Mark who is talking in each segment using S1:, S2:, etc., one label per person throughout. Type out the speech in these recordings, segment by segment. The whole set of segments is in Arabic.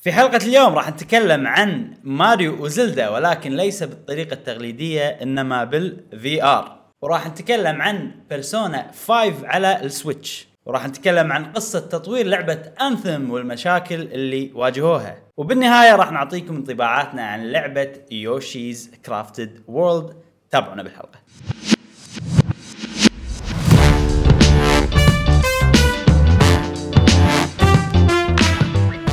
S1: في حلقة اليوم راح نتكلم عن ماريو وزلدا ولكن ليس بالطريقة التقليدية انما بالفي ار وراح نتكلم عن بيرسونا 5 على السويتش وراح نتكلم عن قصة تطوير لعبة انثم والمشاكل اللي واجهوها وبالنهاية راح نعطيكم انطباعاتنا عن لعبة يوشيز كرافتد وورلد تابعونا بالحلقة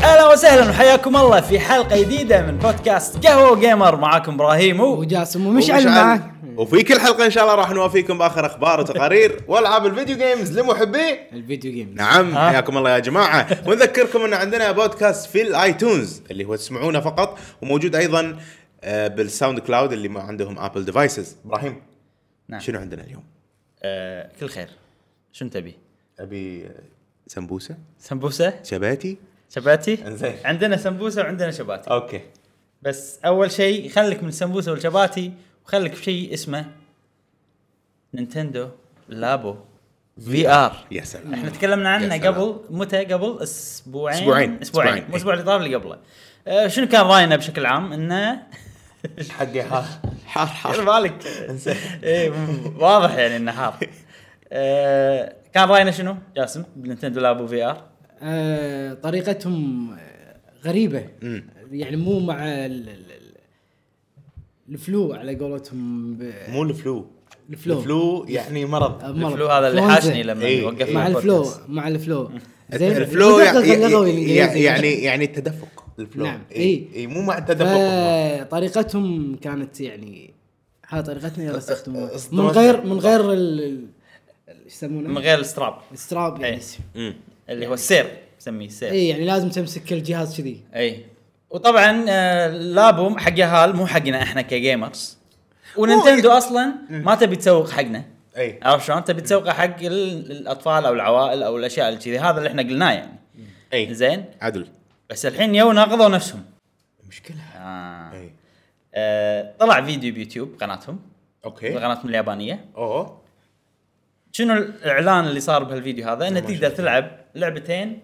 S1: اهلا وسهلا وحياكم الله في حلقة جديدة من بودكاست قهوة جيمر معاكم ابراهيم و...
S2: وجاسم ومشعل معاه
S3: وفي كل حلقه ان شاء الله راح نوافيكم باخر اخبار وتقارير والعاب الفيديو جيمز لمحبي
S2: الفيديو جيم
S3: نعم
S1: ها.
S3: حياكم الله يا جماعه ونذكركم ان عندنا بودكاست في الايتونز اللي هو تسمعونه فقط وموجود ايضا آه، بالساوند كلاود اللي ما عندهم ابل ديفايسز ابراهيم
S1: نعم.
S3: شنو عندنا اليوم؟
S1: آه كل خير شنو تبي؟
S3: ابي آه، سمبوسه
S1: سمبوسة؟
S3: شباتي
S1: شباتي؟
S3: إنزين.
S1: عندنا سمبوسة وعندنا شباتي
S3: اوكي
S1: بس اول شيء خليك من السمبوسة والشباتي وخليك بشيء اسمه نينتندو لابو في ار
S3: يا سلام
S1: احنا تكلمنا عنه
S3: يا سلام.
S1: قبل متى قبل اسبوعين
S3: أسبوعين.
S1: اسبوعين
S3: أسبوعين.
S1: مو الاسبوع اللي طاف اللي قبله آه شنو كان راينا بشكل عام انه
S3: حقي حار حار
S1: شغل
S3: حار
S1: بالك ايه م- واضح يعني انه حار آه، كان راينا شنو جاسم بنتندو لابو في ار
S2: آه طريقتهم آه، غريبه يعني مو مع ال- ال- ال- الفلو على قولتهم ب-
S3: مو الفلو
S2: الفلو.
S3: الفلو يعني مرض
S2: آه، مرض.
S1: الفلو هذا اللي
S2: فلونزا.
S1: حاشني لما
S3: إيه،
S1: وقفنا
S3: إيه.
S2: مع الفلو
S1: البودكاست.
S2: مع الفلو
S3: الفلو
S2: المدقق
S3: يعني
S2: اللغوي
S3: يعني
S2: الإنجليزي.
S3: يعني, يعني التدفق الفلو
S2: نعم.
S3: اي
S2: إي.
S3: اي مو مع التدفق
S2: فطريقتهم آه، كانت يعني ها طريقتنا يلا استخدموها
S3: أصدمت.
S2: من غير من غير ال- ال- ال- ايش
S1: من
S2: يسمونه؟
S1: غير الستراب
S2: الستراب يعني
S3: مم.
S1: اللي هو السير نسميه السير
S2: اي يعني لازم تمسك الجهاز كذي
S1: اي وطبعا إيه. آه، لابو حق ياهال مو حقنا احنا كجيمرز وننتندو اصلا ما تبي تسوق حقنا
S3: اي
S1: عرفت شلون؟ تبي تسوقه حق ال- الاطفال او العوائل او الاشياء اللي كذي هذا اللي احنا قلناه يعني
S3: اي
S1: زين
S3: عدل
S1: بس الحين يو ناقضوا نفسهم
S3: مشكلة إيه.
S1: آه.
S3: اي
S1: آه، طلع فيديو بيوتيوب قناتهم
S3: اوكي
S1: قناتهم اليابانيه
S3: اوه
S1: شنو الاعلان اللي صار بهالفيديو هذا انه
S3: ما
S1: تقدر
S3: شفته.
S1: تلعب لعبتين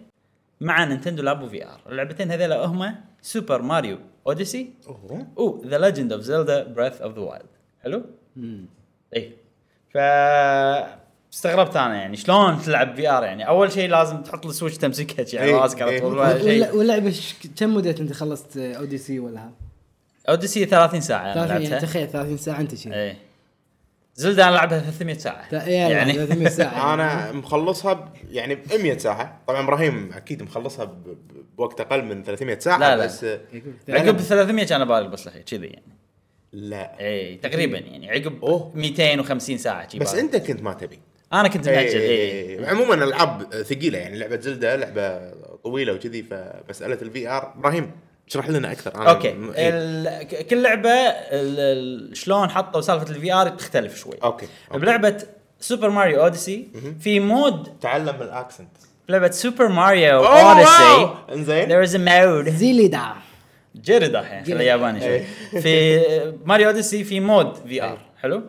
S1: مع نينتندو لابو في ار اللعبتين هذيلا هما سوبر ماريو اوديسي
S3: اوه
S1: و ذا ليجند اوف زيلدا بريث اوف ذا وايلد حلو
S2: مم.
S1: اي ف استغربت انا يعني شلون تلعب في ار يعني اول شيء لازم تحط السويتش تمسكها شي على
S3: إيه،
S1: راسك على
S3: إيه.
S1: طول ولا
S2: وال-
S1: شيء
S2: واللعبه ش- كم مدة انت خلصت آه، اوديسي ولا هذا؟
S1: اوديسي 30 ساعه أنا
S2: 30 يعني
S1: لعبتها إيه.
S2: تخيل 30 ساعه انت شي
S1: اي زلدا انا لعبها 300 ساعه
S2: يعني 300 ساعه
S3: انا مخلصها ب- يعني ب 100 ساعة طبعا ابراهيم اكيد مخلصها ب- ب- بوقت اقل من 300 ساعة
S1: لا، لا.
S3: بس لا
S1: عقب
S3: لا,
S1: 300 كان بالغ بس لحين كذي يعني
S3: لا.
S1: اي تقريبا يعني عقب
S3: أوه.
S1: 250 ساعه شي
S3: بس إيه،
S1: بالغ.
S3: انت كنت ما تبي
S1: انا كنت إيه.
S3: إي،
S1: مهجل
S3: إي،
S1: اي
S3: إي. عموما الالعاب ثقيلة يعني لعبة زلدة لعبة طويلة وكذي فمسألة الفي ار ابراهيم اشرح لنا اكثر انا
S1: اوكي
S3: م- إيه. إي.
S1: ال- ك- كل لعبه ال- ال- شلون حطوا سالفه الفي ار تختلف شوي
S3: اوكي أوكي.
S1: بلعبه سوبر ماريو اوديسي في مود
S3: تعلم الاكسنت
S1: لعبه سوبر ماريو
S3: أوه،
S1: اوديسي
S3: واو. Oh, انزين
S1: Oh, there is a mode
S2: زيلي دع
S1: جرد الحين خلي ياباني شوي
S3: إيه.
S1: في ماريو اوديسي في مود في ار حلو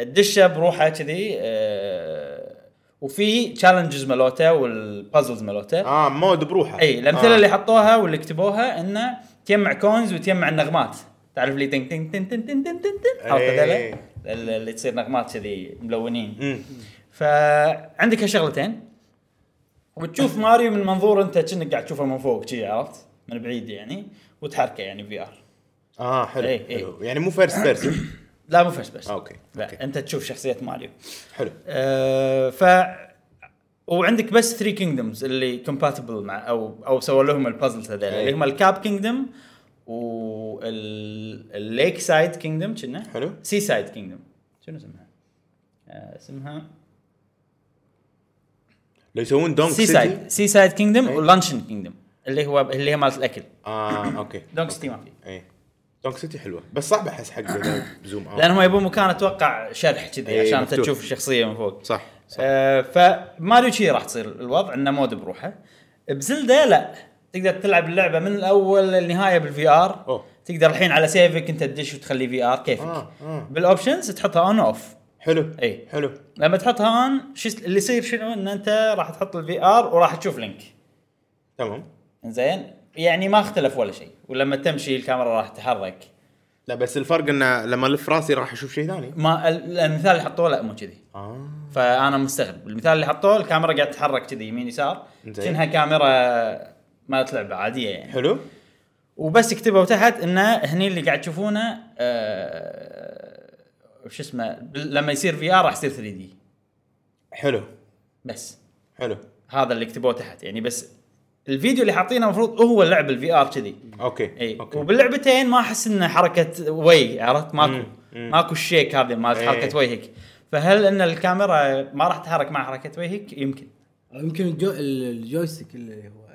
S1: الدشه بروحه كذي آه، وفي تشالنجز مالوته والبازلز مالوته
S3: اه مود بروحه
S1: اي الامثله
S3: آه.
S1: إيه، اللي حطوها واللي كتبوها انه تجمع كونز وتجمع النغمات تعرف لي تنك تنك تنك تنك تنك تنك تنك عرفت
S3: إيه.
S1: هذيلا؟ ال- اللي تصير نغمات كذي ملونين
S3: مم.
S1: فعندك هالشغلتين وتشوف ماريو من منظور انت كأنك قاعد تشوفه من فوق كذي عرفت من بعيد يعني وتحركه يعني في ار
S3: اه حلو
S1: إي، إي.
S3: حلو يعني مو فيرست بيرسون
S1: لا مو فيرست بس
S3: أوكي، أوكي.
S1: لا انت تشوف شخصيه ماريو
S3: حلو
S1: آه، ف وعندك بس 3 كينجدومز اللي كومباتبل مع او او سووا لهم البازلز هذول
S3: أي.
S1: اللي هم الكاب كينجدوم والليك سايد كينجدوم كنا
S3: حلو.
S1: سي سايد كينجدوم شنو اسمها؟ آه، اسمها
S3: لو يسوون دونك
S1: سي سايد سي سايد كينجدوم
S3: إيه.
S1: ولانشن كينجدوم اللي هو اللي هي مالت الاكل
S3: اه اوكي
S1: دونك سيتي ما في
S3: اي دونك سيتي حلوه بس صعب احس حق زوم اوت
S1: لان هم يبون مكان اتوقع شرح كذي
S3: إي،
S1: عشان انت
S3: آه. إيه، مفتوح.
S1: تشوف الشخصيه من فوق
S3: صح صح
S1: آه فماريو شي راح تصير الوضع انه مود بروحه بزلدا لا تقدر تلعب اللعبه من الاول للنهايه بالفي ار
S3: أوه.
S1: تقدر الحين على سيفك انت تدش وتخليه في ار كيفك
S3: آه، آه.
S1: بالاوبشنز تحطها اون اوف
S3: حلو
S1: إي.
S3: حلو
S1: لما تحطها اون شو يس- اللي يصير شنو ان انت راح تحط الفي ار وراح تشوف لينك
S3: تمام
S1: زين يعني ما اختلف ولا شيء ولما تمشي الكاميرا راح تتحرك
S3: لا بس الفرق انه لما الف راسي راح اشوف شيء ثاني
S1: ما ال- المثال اللي حطوه لا مو كذي
S3: اه
S1: فانا مستغرب المثال اللي حطوه الكاميرا قاعد تتحرك كذي يمين يسار
S3: زين.
S1: كأنها كاميرا مالت لعبه عاديه يعني
S3: حلو
S1: وبس كتبوا تحت انه هني اللي قاعد تشوفونه آه شو اسمه بل- لما يصير في ار راح يصير 3 دي
S3: حلو
S1: بس
S3: حلو
S1: هذا اللي كتبوه تحت يعني بس الفيديو اللي حاطينه المفروض هو لعب الفي ار كذي
S3: اوكي
S1: اي
S3: اوكي
S1: وباللعبتين ما احس انه حركه وي عرفت
S3: مم،
S1: ماكو
S3: مم.
S1: ماكو الشيك هذا مالت
S3: إي.
S1: حركه وجهك فهل ان الكاميرا ما راح تتحرك مع حركه وجهك يمكن
S2: أو يمكن الجو... ال- الجويستيك اللي هو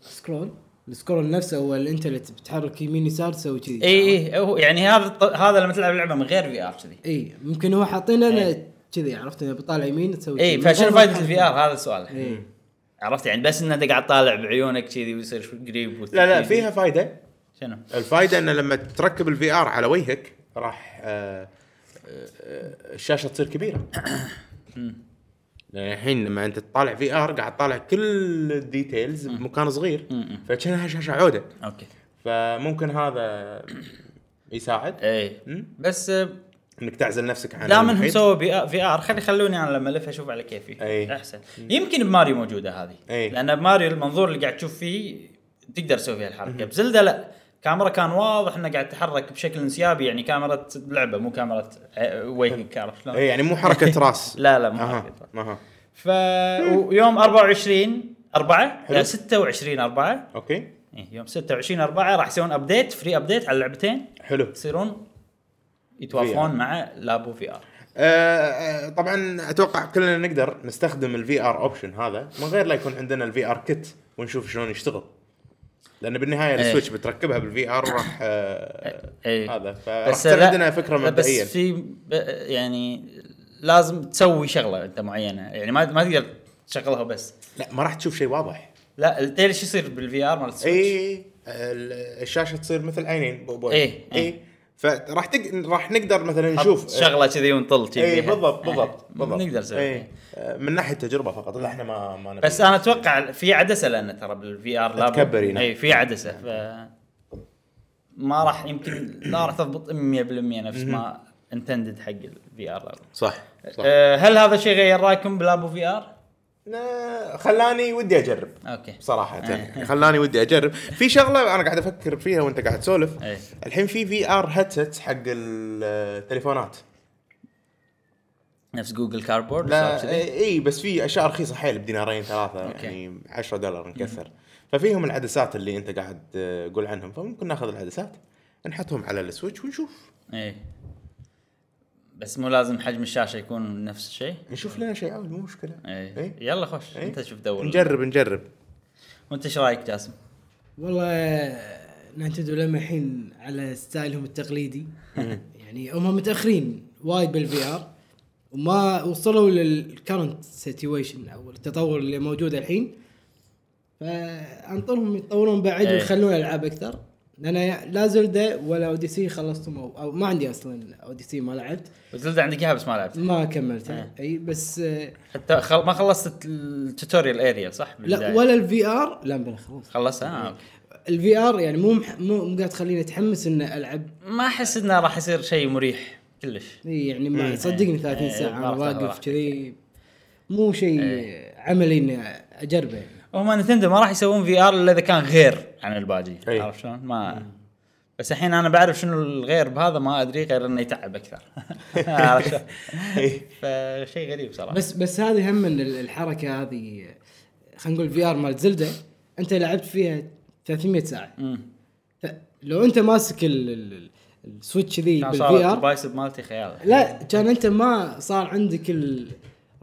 S2: سكرول السكرول نفسه هو اللي انت اللي بتحرك يمين يسار تسوي كذي
S1: اي اي هو يعني هذا الط- هذا لما تلعب لعبه من غير في ار كذي
S2: اي ممكن إيه، هو حاطين انا
S1: إيه.
S2: كذي عرفت انه بطالع يمين تسوي
S1: اي
S2: كذي.
S1: إيه، فشنو فائده الفي ار هذا السؤال
S3: إيه.
S2: اي
S1: عرفت يعني بس ان انت قاعد طالع بعيونك كذي ويصير شو- قريب وت-
S3: لا لا فيها فائده
S1: شنو؟
S3: الفائده انه لما تركب الفي ار على وجهك راح آه، آه، آه، الشاشه تصير كبيره لان الحين لما انت تطالع في ار قاعد تطالع كل الديتيلز بمكان صغير
S1: مم.
S3: فكانها شاشه عوده
S1: اوكي
S3: فممكن هذا يساعد
S1: اي
S3: مم.
S1: بس آه،
S3: انك تعزل نفسك عن
S1: دام انهم
S3: المحيط.
S1: سووا في ار خلي خلوني انا لما الف اشوف على كيفي
S3: أي.
S1: احسن يمكن بماريو موجوده هذه
S3: أي.
S1: لان بماريو المنظور اللي قاعد تشوف فيه تقدر تسوي فيها الحركه بزلده لا كاميرا كان واضح انه قاعد تتحرك بشكل انسيابي يعني كاميرا لعبه مو كاميرا آه، وجهك عرفت شلون؟
S3: إيه، يعني مو حركه راس
S1: لا لا مو
S3: اها
S1: حركة راس.
S3: اها
S1: ف ويوم 24 4
S3: حلو.
S1: 26 4
S3: اوكي
S1: إيه، يوم 26 4 راح يسوون ابديت فري ابديت على اللعبتين
S3: حلو
S1: يصيرون يتوافقون مع لابو في ار
S3: آه، آه، طبعا اتوقع كلنا نقدر نستخدم الفي ار اوبشن هذا من غير لا يكون عندنا الفي ار كيت ونشوف شلون يشتغل لان بالنهايه
S1: إيه.
S3: السويتش بتركبها بالفي ار وراح آه،
S1: إيه.
S3: هذا فراح تصير
S1: لا-
S3: عندنا فكره مبدئيه
S1: بس في ب- يعني لازم تسوي شغله انت معينه يعني ما ما تقدر تشغلها بس
S3: لا ما راح تشوف شيء واضح
S1: لا التيل شو يصير بالفي ار مال السويتش؟
S3: اي الشاشه تصير مثل عينين بوبوي
S1: إيه، إيه.
S3: اي فراح تق... راح نقدر مثلا
S1: حط
S3: نشوف
S1: شغله كذي ونطل كذي
S3: اي
S1: فيها.
S3: إيه، بالضبط بالضبط
S1: إيه.
S3: بالضبط
S1: نقدر نسوي
S3: إيه. آه، من ناحيه تجربه فقط إذا احنا ما ما نبي.
S1: بس انا اتوقع في عدسه لان ترى بالفي ار لاب
S3: تكبر هنا.
S1: اي في عدسه ف ما راح يمكن لا راح تضبط 100% نفس ما انتندد حق الفي ار
S3: صح صح
S1: هل هذا شيء غير رايكم بلابو في ار؟
S3: آه، خلاني ودي اجرب
S1: اوكي
S3: صراحة يعني خلاني ودي اجرب في شغلة انا قاعد افكر فيها وانت قاعد تسولف
S1: إيه.
S3: الحين في في ار هيدسيت حق التليفونات
S1: نفس جوجل كاربورد
S3: لا اي بس في اشياء رخيصة حيل بدينارين ثلاثة
S1: أوكي.
S3: يعني 10 دولار نكسر ففيهم العدسات اللي انت قاعد آه، تقول عنهم فممكن ناخذ العدسات نحطهم على السويتش ونشوف
S1: ايه بس مو لازم حجم الشاشه يكون نفس الشيء
S3: نشوف لنا شيء عادي مو مشكلة
S1: ايه
S3: إيه.
S1: يلا خوش
S3: إيه.
S1: انت شوف دور
S3: نجرب نجرب
S1: وانت ايش رايك جاسم؟
S2: والله ننتدوا لما الحين على ستايلهم التقليدي يعني هم متاخرين وايد بالفي ار وما وصلوا للكرنت سيتويشن او التطور اللي موجود الحين فانطرهم يتطورون بعد
S1: إيه.
S2: ويخلون العاب اكثر انا لا زلدة ولا اوديسي خلصتهم او, أو ما عندي اصلا اوديسي ما لعبت
S1: وزلدة عندك اياها بس ما لعبت
S2: ما كملتها
S1: إيه.
S2: اي بس آه،
S1: حتى خل... ما خلصت التوتوريال اريا صح؟
S2: لا
S1: بالبداية؟
S2: ولا الفي ار لا بلا خلاص
S1: خلصتها؟ آه. أوكي.
S2: الفي ار يعني مو مح- مو مو قاعد تخليني اتحمس اني العب
S1: ما احس انه راح يصير شيء مريح كلش
S2: إي يعني ما صدقني 30
S1: إيه،
S2: ساعه انا
S1: مرة
S2: واقف
S1: واحدة.
S2: كذي مو شيء عملي اني اجربه يعني.
S1: هم نتندو ما راح يسوون في ار الا اذا كان غير عن الباجي
S3: إيه.
S1: عرفت شلون؟ ما بس الحين انا بعرف شنو الغير بهذا ما ادري غير انه يتعب اكثر عرفت شلون؟
S3: إيه.
S1: فشيء غريب صراحه
S2: بس بس هذه هم من ال- الحركه هذه خلينا نقول في ار مال زلده انت لعبت فيها 300 ساعه
S1: مم.
S2: لو انت ماسك ال- ال- ال- السويتش ذي
S1: كان
S2: بالفي
S1: صار
S2: ار
S1: البايسب مالتي خيال
S2: لا كان انت ما صار عندك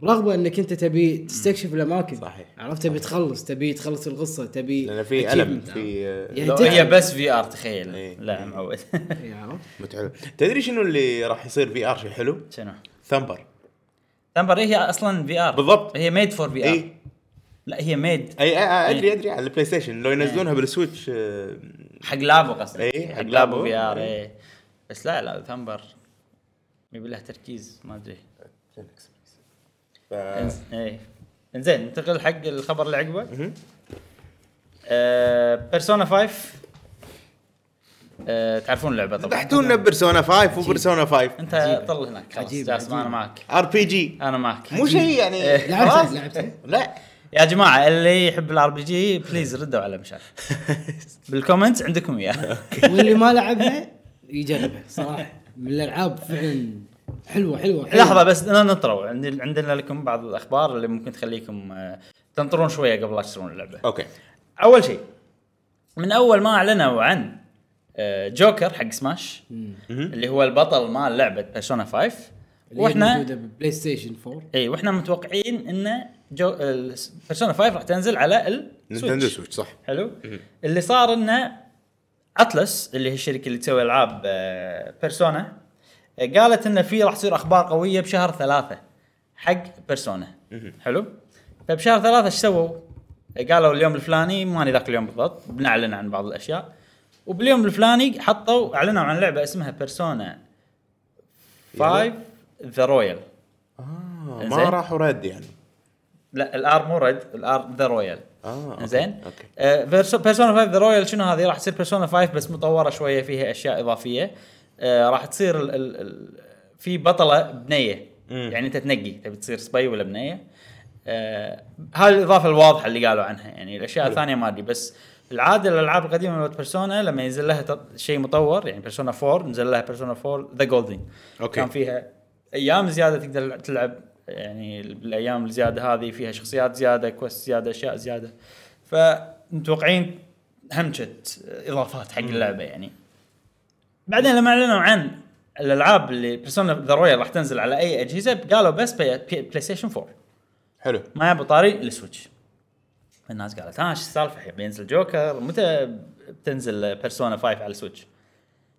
S2: الرغبه انك انت تبي تستكشف الاماكن
S3: صحيح.
S2: عرفت تبي تخلص تبي تخلص القصه تبي
S3: لأن في ألم، في-
S2: يعني
S1: لو
S2: تتعب.
S1: هي بس في ار تخيل
S3: إيه.
S1: لا معود
S2: إي، عرفت
S3: متعب تدري شنو اللي راح يصير في ار شيء حلو؟
S1: شنو؟
S3: ثمبر
S1: تنبر هي اصلا في ار
S3: بالضبط.
S1: هي ميد فور في
S3: اي
S1: ار لا هي ميد
S3: اي أي- أي- ادري ادري على البلاي ستيشن لو ينزلونها بالسويتش آه،
S1: حق لابو قصدي
S3: إي، إيه، حق
S1: حق
S3: لابو. إيه.
S1: لابو في ار
S3: إي.
S1: اي بس لا لا تنبر يبي لها تركيز ما ادري
S3: ف- آه.
S1: إيه. إنز- اي انزين ننتقل حق الخبر اللي عقبه
S3: مهم.
S1: آه، بيرسونا 5 آه، تعرفون اللعبه طبعا
S3: ضحتونا ببرسونا 5 وبرسونا 5
S1: انت طل هناك خلاص
S2: عجيب،
S1: جاسم انا
S2: عجيب.
S1: معك
S3: ار بي جي
S1: انا معك
S3: مو شيء يعني
S2: لعبت
S3: خلاص
S2: لعبت
S3: لا
S1: يا جماعه اللي يحب الار بي جي بليز ردوا على مشعل بالكومنت عندكم اياه
S2: واللي ما لعبها يجربها صراحه من الالعاب فعلا حلوه حلوه حلوه
S1: لحظه إيه. بس لا نطروا عندي- عندنا لكم بعض الاخبار اللي ممكن تخليكم آه، تنطرون شويه قبل لا تشترون اللعبه
S3: اوكي
S1: اول شيء من اول ما اعلنوا عن آه، جوكر حق سماش اللي هو البطل مال لعبه بيرسونا 5
S2: اللي هي
S1: واحنا
S2: موجودة ببلاي ستيشن 4
S1: اي واحنا إيه، متوقعين ان جو بيرسونا 5 راح تنزل على
S3: نينتندو
S1: السويتش
S3: سويتش صح
S1: حلو اللي صار انه اتلس اللي هي الشركه اللي تسوي العاب بيرسونا آه، قالت انه في راح تصير اخبار قويه بشهر ثلاثة حق بيرسونا حلو فبشهر ثلاثة ايش سووا؟ قالوا اليوم الفلاني ماني ذاك اليوم بالضبط بنعلن عن بعض الاشياء وباليوم الفلاني حطوا اعلنوا عن لعبه اسمها بيرسونا 5 ذا رويال
S3: آه،
S1: زين.
S3: ما راحوا رد يعني
S1: لا الار مو ريد الار ذا رويال
S3: اه أوكي،
S1: زين
S3: اوكي
S1: آه، بيرسو- بيرسونا 5 ذا رويال شنو هذه راح تصير بيرسونا 5 بس مطوره شويه فيها اشياء اضافيه آه، راح تصير ال ال ال في بطله بنيه
S3: مم.
S1: يعني انت تنقي تبي تصير سبي ولا بنيه آه، هاي الاضافه الواضحه اللي قالوا عنها يعني الاشياء الثانيه ما ادري بس العاده الالعاب القديمه مالت بيرسونا لما ينزل لها تط- شيء مطور يعني بيرسونا 4 نزل لها بيرسونا 4 ذا جولدن
S3: أوكي.
S1: كان فيها ايام زياده تقدر تلعب يعني بالايام الزياده هذه فيها شخصيات زياده كوست زياده اشياء زياده فمتوقعين همشت اضافات حق اللعبه يعني بعدين لما اعلنوا عن الالعاب اللي بيرسونا ذا رويال راح تنزل على اي اجهزه قالوا بس بي- بي- بلاي ستيشن 4
S3: حلو
S1: ما يبي طاري السويتش الناس قالت "آه، ها ايش السالفه الحين بينزل جوكر متى بتنزل بيرسونا 5 على السويتش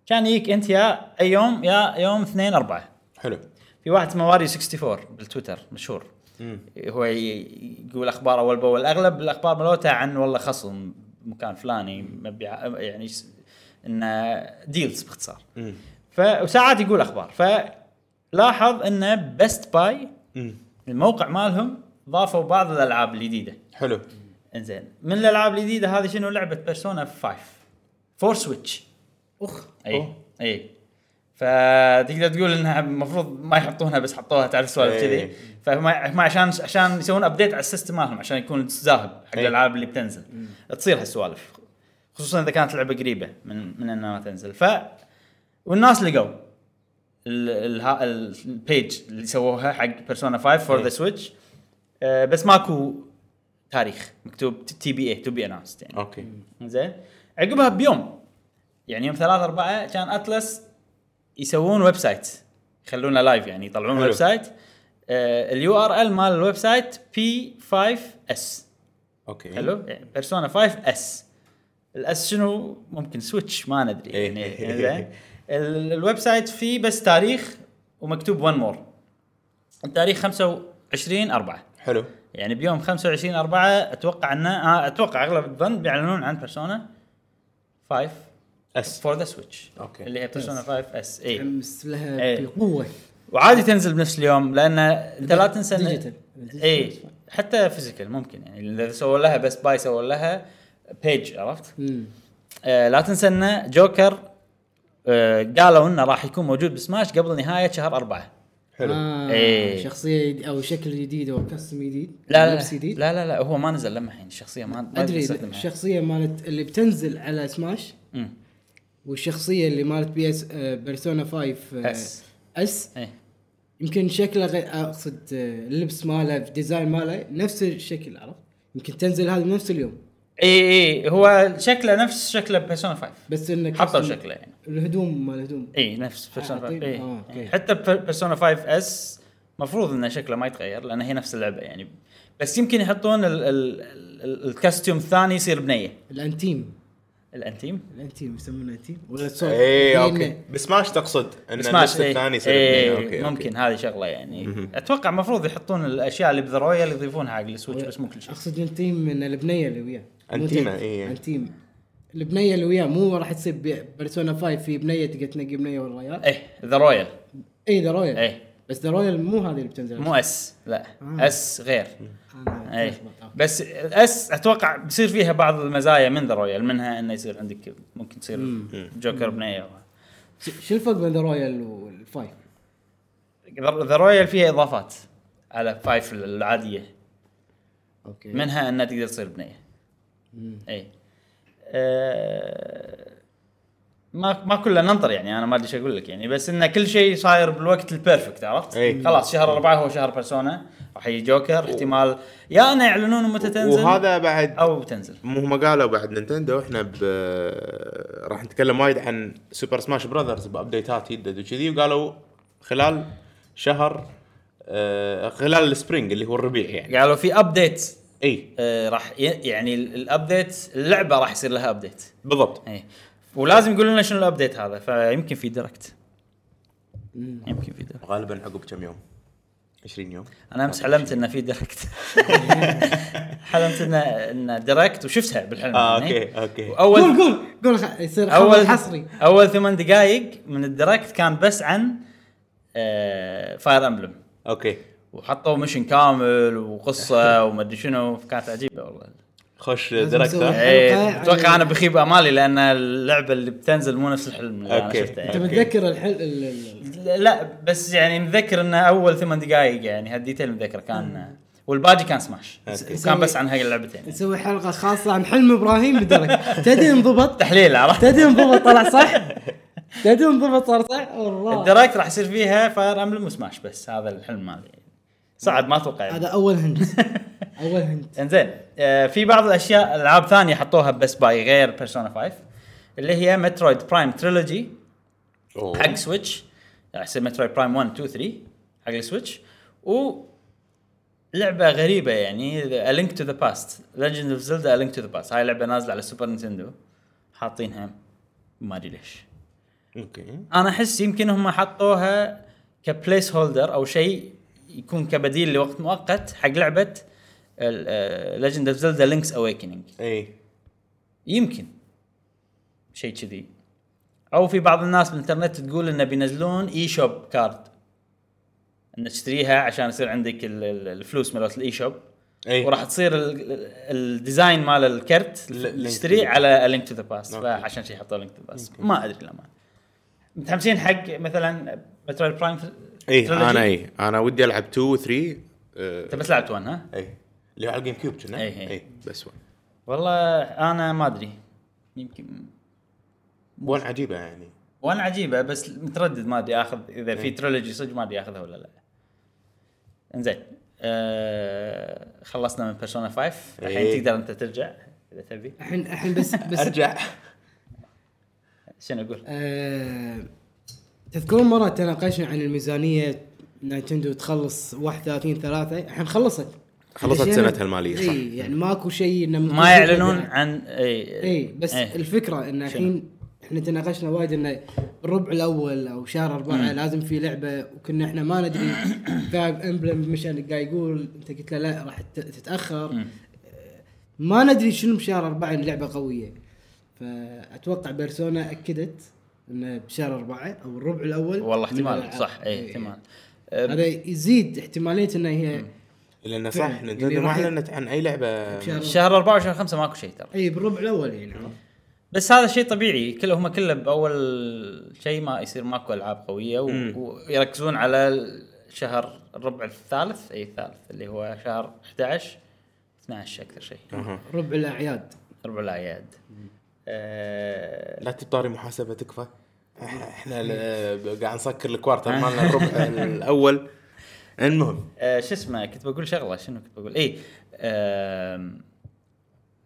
S1: كان يجيك انت يا اي يوم يا يوم 2 4
S3: حلو
S1: في واحد اسمه واريو 64 بالتويتر مشهور هو ي- يقول اخبار اول باول اغلب الاخبار ملوته عن والله خصم مكان فلاني مبيع يعني س- انه ديلز باختصار
S3: مم.
S1: ف وساعات يقول اخبار فلاحظ انه بيست باي
S3: مم.
S1: الموقع مالهم ضافوا بعض الالعاب الجديده
S3: حلو
S1: انزين من الالعاب الجديده هذه شنو لعبه بيرسونا 5 فور سويتش
S2: اخ
S1: اي اي فتقدر تقول انها المفروض ما يحطونها بس حطوها تعرف سوالف
S3: إي.
S1: كذي فهم هم عشان عشان يسوون ابديت على السيستم مالهم عشان يكون زاهب حق
S3: إي.
S1: الالعاب اللي بتنزل تصير هالسوالف خصوصا اذا كانت لعبه قريبه من من انها تنزل ف والناس لقوا ال- ال- ها- ال- البيج اللي سووها حق بيرسونا 5 فور ذا سويتش آه، بس ماكو تاريخ مكتوب تي بي اي تو بي اناونست يعني
S3: اوكي
S1: زين عقبها بيوم يعني يوم 3 4 كان اتلس يسوون ويب سايت يخلونه لايف يعني يطلعون
S3: حلو.
S1: ويب سايت آه اليو ار ال مال الويب سايت بي 5 اس
S3: إيه. اوكي
S1: حلو يعني بيرسونا 5 اس الاس شنو ممكن سويتش ما ندري
S3: إيه.
S1: يعني زين ال- الويب سايت فيه بس تاريخ ومكتوب ون مور التاريخ 25 4
S3: حلو
S1: يعني بيوم 25 4 اتوقع انه آه اتوقع اغلب الظن بيعلنون عن بيرسونا 5
S3: اس
S1: فور ذا سويتش
S3: أوكي.
S1: اللي هي بيرسونا 5 اس اي
S2: متحمس لها
S1: إيه.
S2: بقوه
S1: وعادي تنزل بنفس اليوم لان انت لا تنسى
S2: ديجيتال.
S1: اي حتى فيزيكال ممكن يعني اذا سووا لها بس باي سووا لها بيج عرفت؟
S2: أمم.
S1: آه لا تنسى ان جوكر آه قالوا انه راح يكون موجود بسماش قبل نهايه شهر أربعة
S3: حلو
S2: آه
S1: إيه.
S2: شخصيه جديد- او شكل جديد او كاستم جديد
S1: لا
S2: لبس
S1: لا
S2: جديد
S1: لا لا لا هو ما نزل لما الحين الشخصيه ما ما
S2: ادري
S1: استخدمها.
S2: الشخصيه مالت اللي بتنزل على سماش
S1: أمم.
S2: والشخصيه اللي مالت بي اس آه، بيرسونا 5 آه،
S1: S.
S2: اس
S1: إيه.
S2: يمكن شكله غير اقصد آه، اللبس ماله الديزاين ماله نفس الشكل عرفت يمكن تنزل هذه بنفس اليوم
S1: اي اي إيه، هو شكله نفس شكله بيرسونا 5
S2: بس انك
S1: حطوا شكله يعني
S2: الهدوم مال الهدوم
S1: اي نفس بيرسونا
S2: آه،
S1: 5
S2: طيب. آه،
S1: اي
S2: أوكي.
S1: حتى بيرسونا 5 اس مفروض انه شكله ما يتغير لان هي نفس اللعبه يعني بس يمكن يحطون ال- ال- ال- الكاستيوم الثاني يصير بنيه
S2: الانتيم
S1: الانتيم
S2: الانتيم يسمونه انتيم ولا الصوت
S1: إيه،
S3: اي
S2: لأن-
S3: اوكي إيه، بسماش تقصد ان
S1: سماش،
S3: النسخ
S1: إيه.
S3: الثاني يصير
S1: إيه،
S3: بنية. أوكي، أوكي.
S1: ممكن هذه شغله يعني اتوقع المفروض يحطون الاشياء اللي بذا رويال يضيفونها حق السويتش بس مو كل شيء
S2: اقصد الانتيم من البنيه اللي وياه مو
S3: أنتيمة،
S2: تيم.
S3: إيه.
S2: انتيم البنيه اللي وياه مو راح تصير بي- بيرسونا 5 في بنيه تقدر تنقي بنيه والريال
S1: ايه ذا رويال
S2: اي ذا رويال
S1: إيه.
S2: بس ذا رويال مو هذه اللي بتنزل
S1: مو اس لا
S2: آه.
S1: اس غير
S2: انا
S1: إيه.
S2: أتلخبط. آه.
S1: بس اس اتوقع بيصير فيها بعض المزايا من ذا رويال منها انه يصير عندك ممكن تصير جوكر بنيه
S2: ش- شو الفرق بين ذا رويال والفايف؟
S1: ذا رويال فيها اضافات على فايف العاديه
S2: اوكي
S1: منها انها تقدر تصير إيه. بنيه
S2: مم.
S1: اي أه ما ما كله ننطر يعني انا ما ادري ايش اقول لك يعني بس انه كل شيء صاير بالوقت البيرفكت عرفت؟
S3: إي.
S1: خلاص شهر اربعه هو شهر بيرسونا راح يجي جوكر احتمال يا انه يعلنون متى تنزل
S3: وهذا بعد
S1: او بتنزل
S3: مو هم قالوا بعد نينتندو احنا ب... راح نتكلم وايد عن سوبر سماش براذرز بابديتات يدد وكذي وقالوا خلال شهر آه خلال السبرينج اللي هو الربيع يعني
S1: قالوا في ابديت
S3: اي
S1: آه راح ي- يعني ال- الابديت اللعبه راح يصير لها ابديت
S3: بالضبط
S1: اي ولازم يقولوا لنا شنو الابديت هذا فيمكن في دايركت
S2: مم.
S1: يمكن في دايركت
S3: غالبا عقب كم يوم 20 يوم
S1: انا امس حلمت انه في دايركت حلمت انه انه دايركت وشفتها بالحلم
S3: اه
S1: يعني.
S3: اوكي اوكي
S1: واول
S2: قول قول قول خ- يصير
S1: اول
S2: اول حصري
S1: اول ثمان دقائق من الدايركت كان بس عن آه فاير امبلم
S3: اوكي
S1: وحطوا ميشن كامل وقصه ومدري شنو كانت عجيبه والله
S3: خش
S2: لازم نسوي.
S3: دايركتر
S1: ايه
S2: حلقة
S1: اتوقع
S2: عن-
S1: انا بخيب امالي لان اللعبه اللي بتنزل مو نفس الحلم اللي انا
S3: أوكي.
S1: شفته
S2: انت
S1: يعني.
S3: أوكي.
S2: متذكر الحل ال- ال-
S1: لا بس يعني متذكر انه اول ثمان دقائق يعني هالديتيل متذكر كان والباقي كان سماش
S3: أوكي.
S1: كان بس عن هاي اللعبتين
S2: نسوي حلقه خاصه عن حلم ابراهيم بدرك تدري انضبط
S1: تحليل عرفت
S2: تدري انضبط طلع صح تدري انضبط صار صح والله
S1: الدراكت راح يصير فيها فاير امبلم وسماش بس هذا الحلم مالي صعب ما اتوقع يعني.
S2: هذا اول هند اول هند
S1: انزين آه، في بعض الاشياء العاب ثانيه حطوها بس باي غير بيرسونا 5 اللي هي مترويد برايم تريلوجي
S3: أوه.
S1: حق سويتش راح يصير مترويد برايم 1 2 3 حق السويتش و لعبه غريبه يعني لينك تو ذا باست ليجند اوف زلدا لينك تو ذا باست هاي لعبه نازله على سوبر نينتندو حاطينها ما ادري ليش
S3: اوكي
S1: انا احس يمكن هم حطوها كبليس هولدر او شيء يكون كبديل لوقت مؤقت حق آه، لعبه ليجند اوف زلدا لينكس اويكننج
S3: اي
S1: يمكن شيء كذي او في بعض الناس بالانترنت تقول انه بينزلون اي شوب كارد انك تشتريها عشان يصير عندك ال- ال- الفلوس مالت الاي شوب
S3: اي
S1: وراح تصير ال- ال- الديزاين مال الكرت
S3: إيه. ل-
S1: اللي
S3: Link
S1: تشتريه
S3: to the-
S1: على لينك تو ذا باست
S3: أوكي.
S1: فعشان شي حطوا لينك تو ذا باست ما ادري لما متحمسين حق مثلا مترويد برايم
S3: اي انا اي انا ودي العب 2 3 آه،
S1: انت بس لعبت 1 ها؟
S3: اي اللي هو على الجيم كيوب كنا
S1: إي، إي.
S3: اي بس وان
S1: والله انا ما ادري يمكن
S3: وان عجيبه يعني
S1: وانا عجيبه بس متردد ما ادري اخذ اذا في تريلوجي صدق ما ادري اخذها ولا لا انزين آه خلصنا من بيرسونا 5
S3: إيه.
S1: الحين تقدر انت ترجع اذا تبي
S2: الحين الحين بس بس
S3: ارجع
S1: شنو اقول؟
S2: آه، تذكرون مرة تناقشنا عن الميزانية نينتندو تخلص 31 3 الحين خلصت
S3: خلصت
S2: ليش؟
S3: سنتها المالية، صح.
S2: اي يعني ماكو شيء انه
S1: ما يعلنون عن اي
S2: اي بس
S1: إيه.
S2: الفكرة ان الحين احنا تناقشنا وايد انه الربع الاول او شهر اربعة لازم في لعبة وكنا احنا ما ندري فايف امبلم مشان قاعد يقول انت قلت له لا راح تت- تتاخر
S1: مم.
S2: ما ندري شنو بشهر أربعة اللعبة قوية فأتوقع بيرسونا أكدت أنه بشهر أربعة أو الربع الأول
S1: والله
S2: من
S1: احتمال
S2: الألعاب.
S1: صح اي احتمال آه،
S2: هذا يزيد احتمالية أنها هي
S3: لان صح
S2: فعلاً.
S3: نينتندو
S2: اللي
S3: ما
S2: راح ي-
S3: اعلنت عن اي لعبه
S2: بشهر-
S1: شهر 4 وشهر 5 ماكو شيء ترى
S2: أي بالربع الأول يعني عرفت؟
S1: بس هذا شيء طبيعي كله هم كله باول شيء ما يصير ماكو العاب قويه و...
S3: مم.
S1: ويركزون على شهر الربع الثالث اي الثالث اللي هو شهر 11 12 اكثر شيء
S3: أها.
S2: ربع الأعياد
S1: ربع الاعياد آه...
S3: لا تطاري محاسبه تكفى احنا ال- قاعد نسكر الكوارتر مالنا الربع الاول المهم
S1: آه شو اسمه كنت بقول شغله شنو كنت بقول اي آم،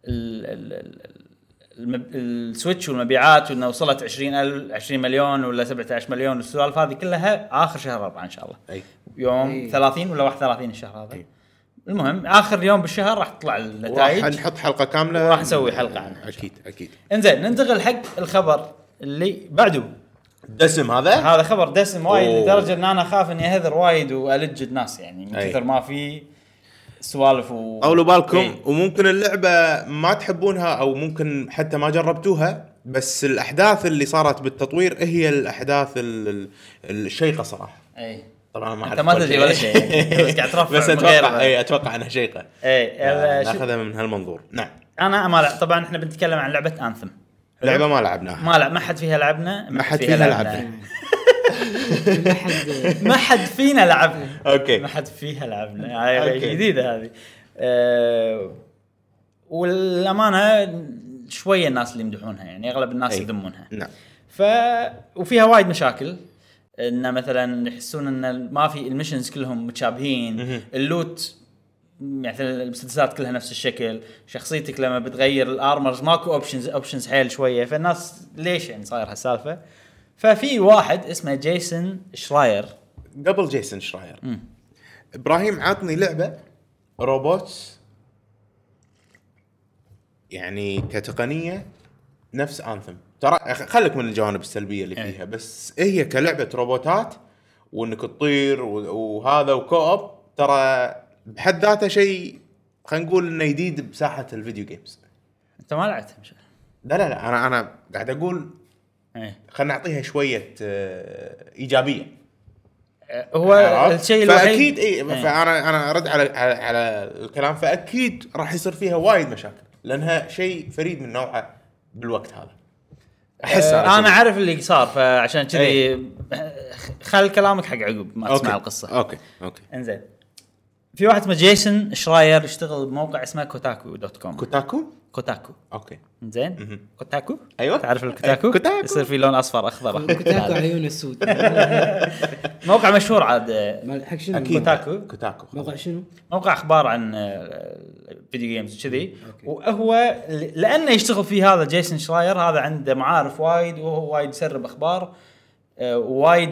S1: ال- ال- ال- المب- السويتش والمبيعات وانه وصلت 20 20 مليون ولا 17 مليون والسوالف هذه كلها اخر شهر اربعه ان شاء الله
S3: اي
S1: يوم
S2: إيه.
S1: 30 ولا 31 الشهر هذا
S3: إيه.
S1: المهم اخر يوم بالشهر راح تطلع
S3: راح
S1: النتائج
S3: نحط حلقه كامله
S1: وراح نسوي حلقة عنها إن شاء
S3: اكيد اكيد
S1: انزين ننتقل حق الخبر اللي بعده
S3: الدسم هذا
S1: هذا خبر دسم وايد
S3: أوه.
S1: لدرجه ان انا اخاف اني اهذر وايد والج الناس يعني من
S3: أي.
S1: كثر ما في سوالف و
S3: طولوا بالكم
S1: إيه.
S3: وممكن اللعبه ما تحبونها او ممكن حتى ما جربتوها بس الاحداث اللي صارت بالتطوير هي الاحداث ال- ال- الشيقه صراحه
S1: اي
S3: طبعا ما
S1: انت ما تدري ولا شيء بس قاعد ترفع
S3: بس إيه،
S1: من غير-
S3: اتوقع اي اتوقع انها شيقه
S1: اي
S3: آه،
S1: إيه، ال- شو-
S3: ناخذها من هالمنظور نعم
S1: انا ما لعب طبعا احنا بنتكلم عن لعبه انثم
S3: لعبه ما لعبناها
S1: ما لعب ما حد فيها لعبنا
S3: ما حد فيها لعبنا
S2: ما حد
S1: ما حد فينا لعبنا ما
S3: اوكي
S1: حد فيها لعبنا هاي
S3: أوكي.
S1: جديده هذه أه والامانه شويه الناس اللي يمدحونها يعني اغلب الناس
S3: أي.
S1: يذمونها
S3: نعم
S1: ف وفيها وايد مشاكل ان مثلا يحسون ان ما في المشنز كلهم متشابهين
S3: مهم.
S1: اللوت مثلا المسدسات كلها نفس الشكل شخصيتك لما بتغير الارمرز ماكو اوبشنز اوبشنز حيل شويه فالناس ليش يعني صاير هالسالفه ففي واحد اسمه جيسون شراير
S3: قبل جيسون شراير
S1: مم.
S3: ابراهيم عاطني لعبه روبوت يعني كتقنيه نفس انثم ترى خ- خلك من الجوانب السلبيه اللي
S1: أي.
S3: فيها بس هي كلعبه روبوتات وانك تطير و- وهذا وكوب ترى بحد ذاته شيء خلينا نقول انه جديد بساحه الفيديو جيمز
S1: انت ما لعبتها مش
S3: لا لا لا انا انا قاعد اقول
S1: إيه.
S3: خلينا نعطيها شويه آه، ايجابيه
S1: أه، هو الشيء الوحيد
S3: فاكيد اي
S1: إيه.
S3: فانا انا ارد على على, على الكلام فاكيد راح يصير فيها وايد مشاكل لانها شيء فريد من نوعه بالوقت هذا آه، احس
S1: أه، انا
S3: كذي.
S1: اعرف اللي صار فعشان كذي
S3: إيه.
S1: خل كلامك حق عقب ما تسمع
S3: أوكي.
S1: القصه
S3: اوكي اوكي
S1: انزين في واحد اسمه جيسون شراير يشتغل بموقع اسمه كوتاكو دوت كوم
S3: كوتاكو
S1: كوتاكو
S3: اوكي
S1: انزين
S3: مهم.
S1: كوتاكو
S3: أيوة.
S1: تعرف الكوتاكو
S3: أي- كوتاكو.
S1: يصير في لون اصفر اخضر أحمر.
S2: كنت اكو
S1: هذا.
S2: عيونه سود
S1: موقع مشهور عاد آه،
S2: ما- حق
S3: اكيد
S2: شنو؟
S1: كوتاكو.
S3: كوتاكو
S2: موقع شنو؟
S1: موقع اخبار عن آه، فيديو جيمز وكذي
S2: أوكي.
S1: وهو ل- لانه يشتغل فيه هذا جيسون شراير هذا عنده معارف وايد وهو وايد يسرب اخبار آه، وايد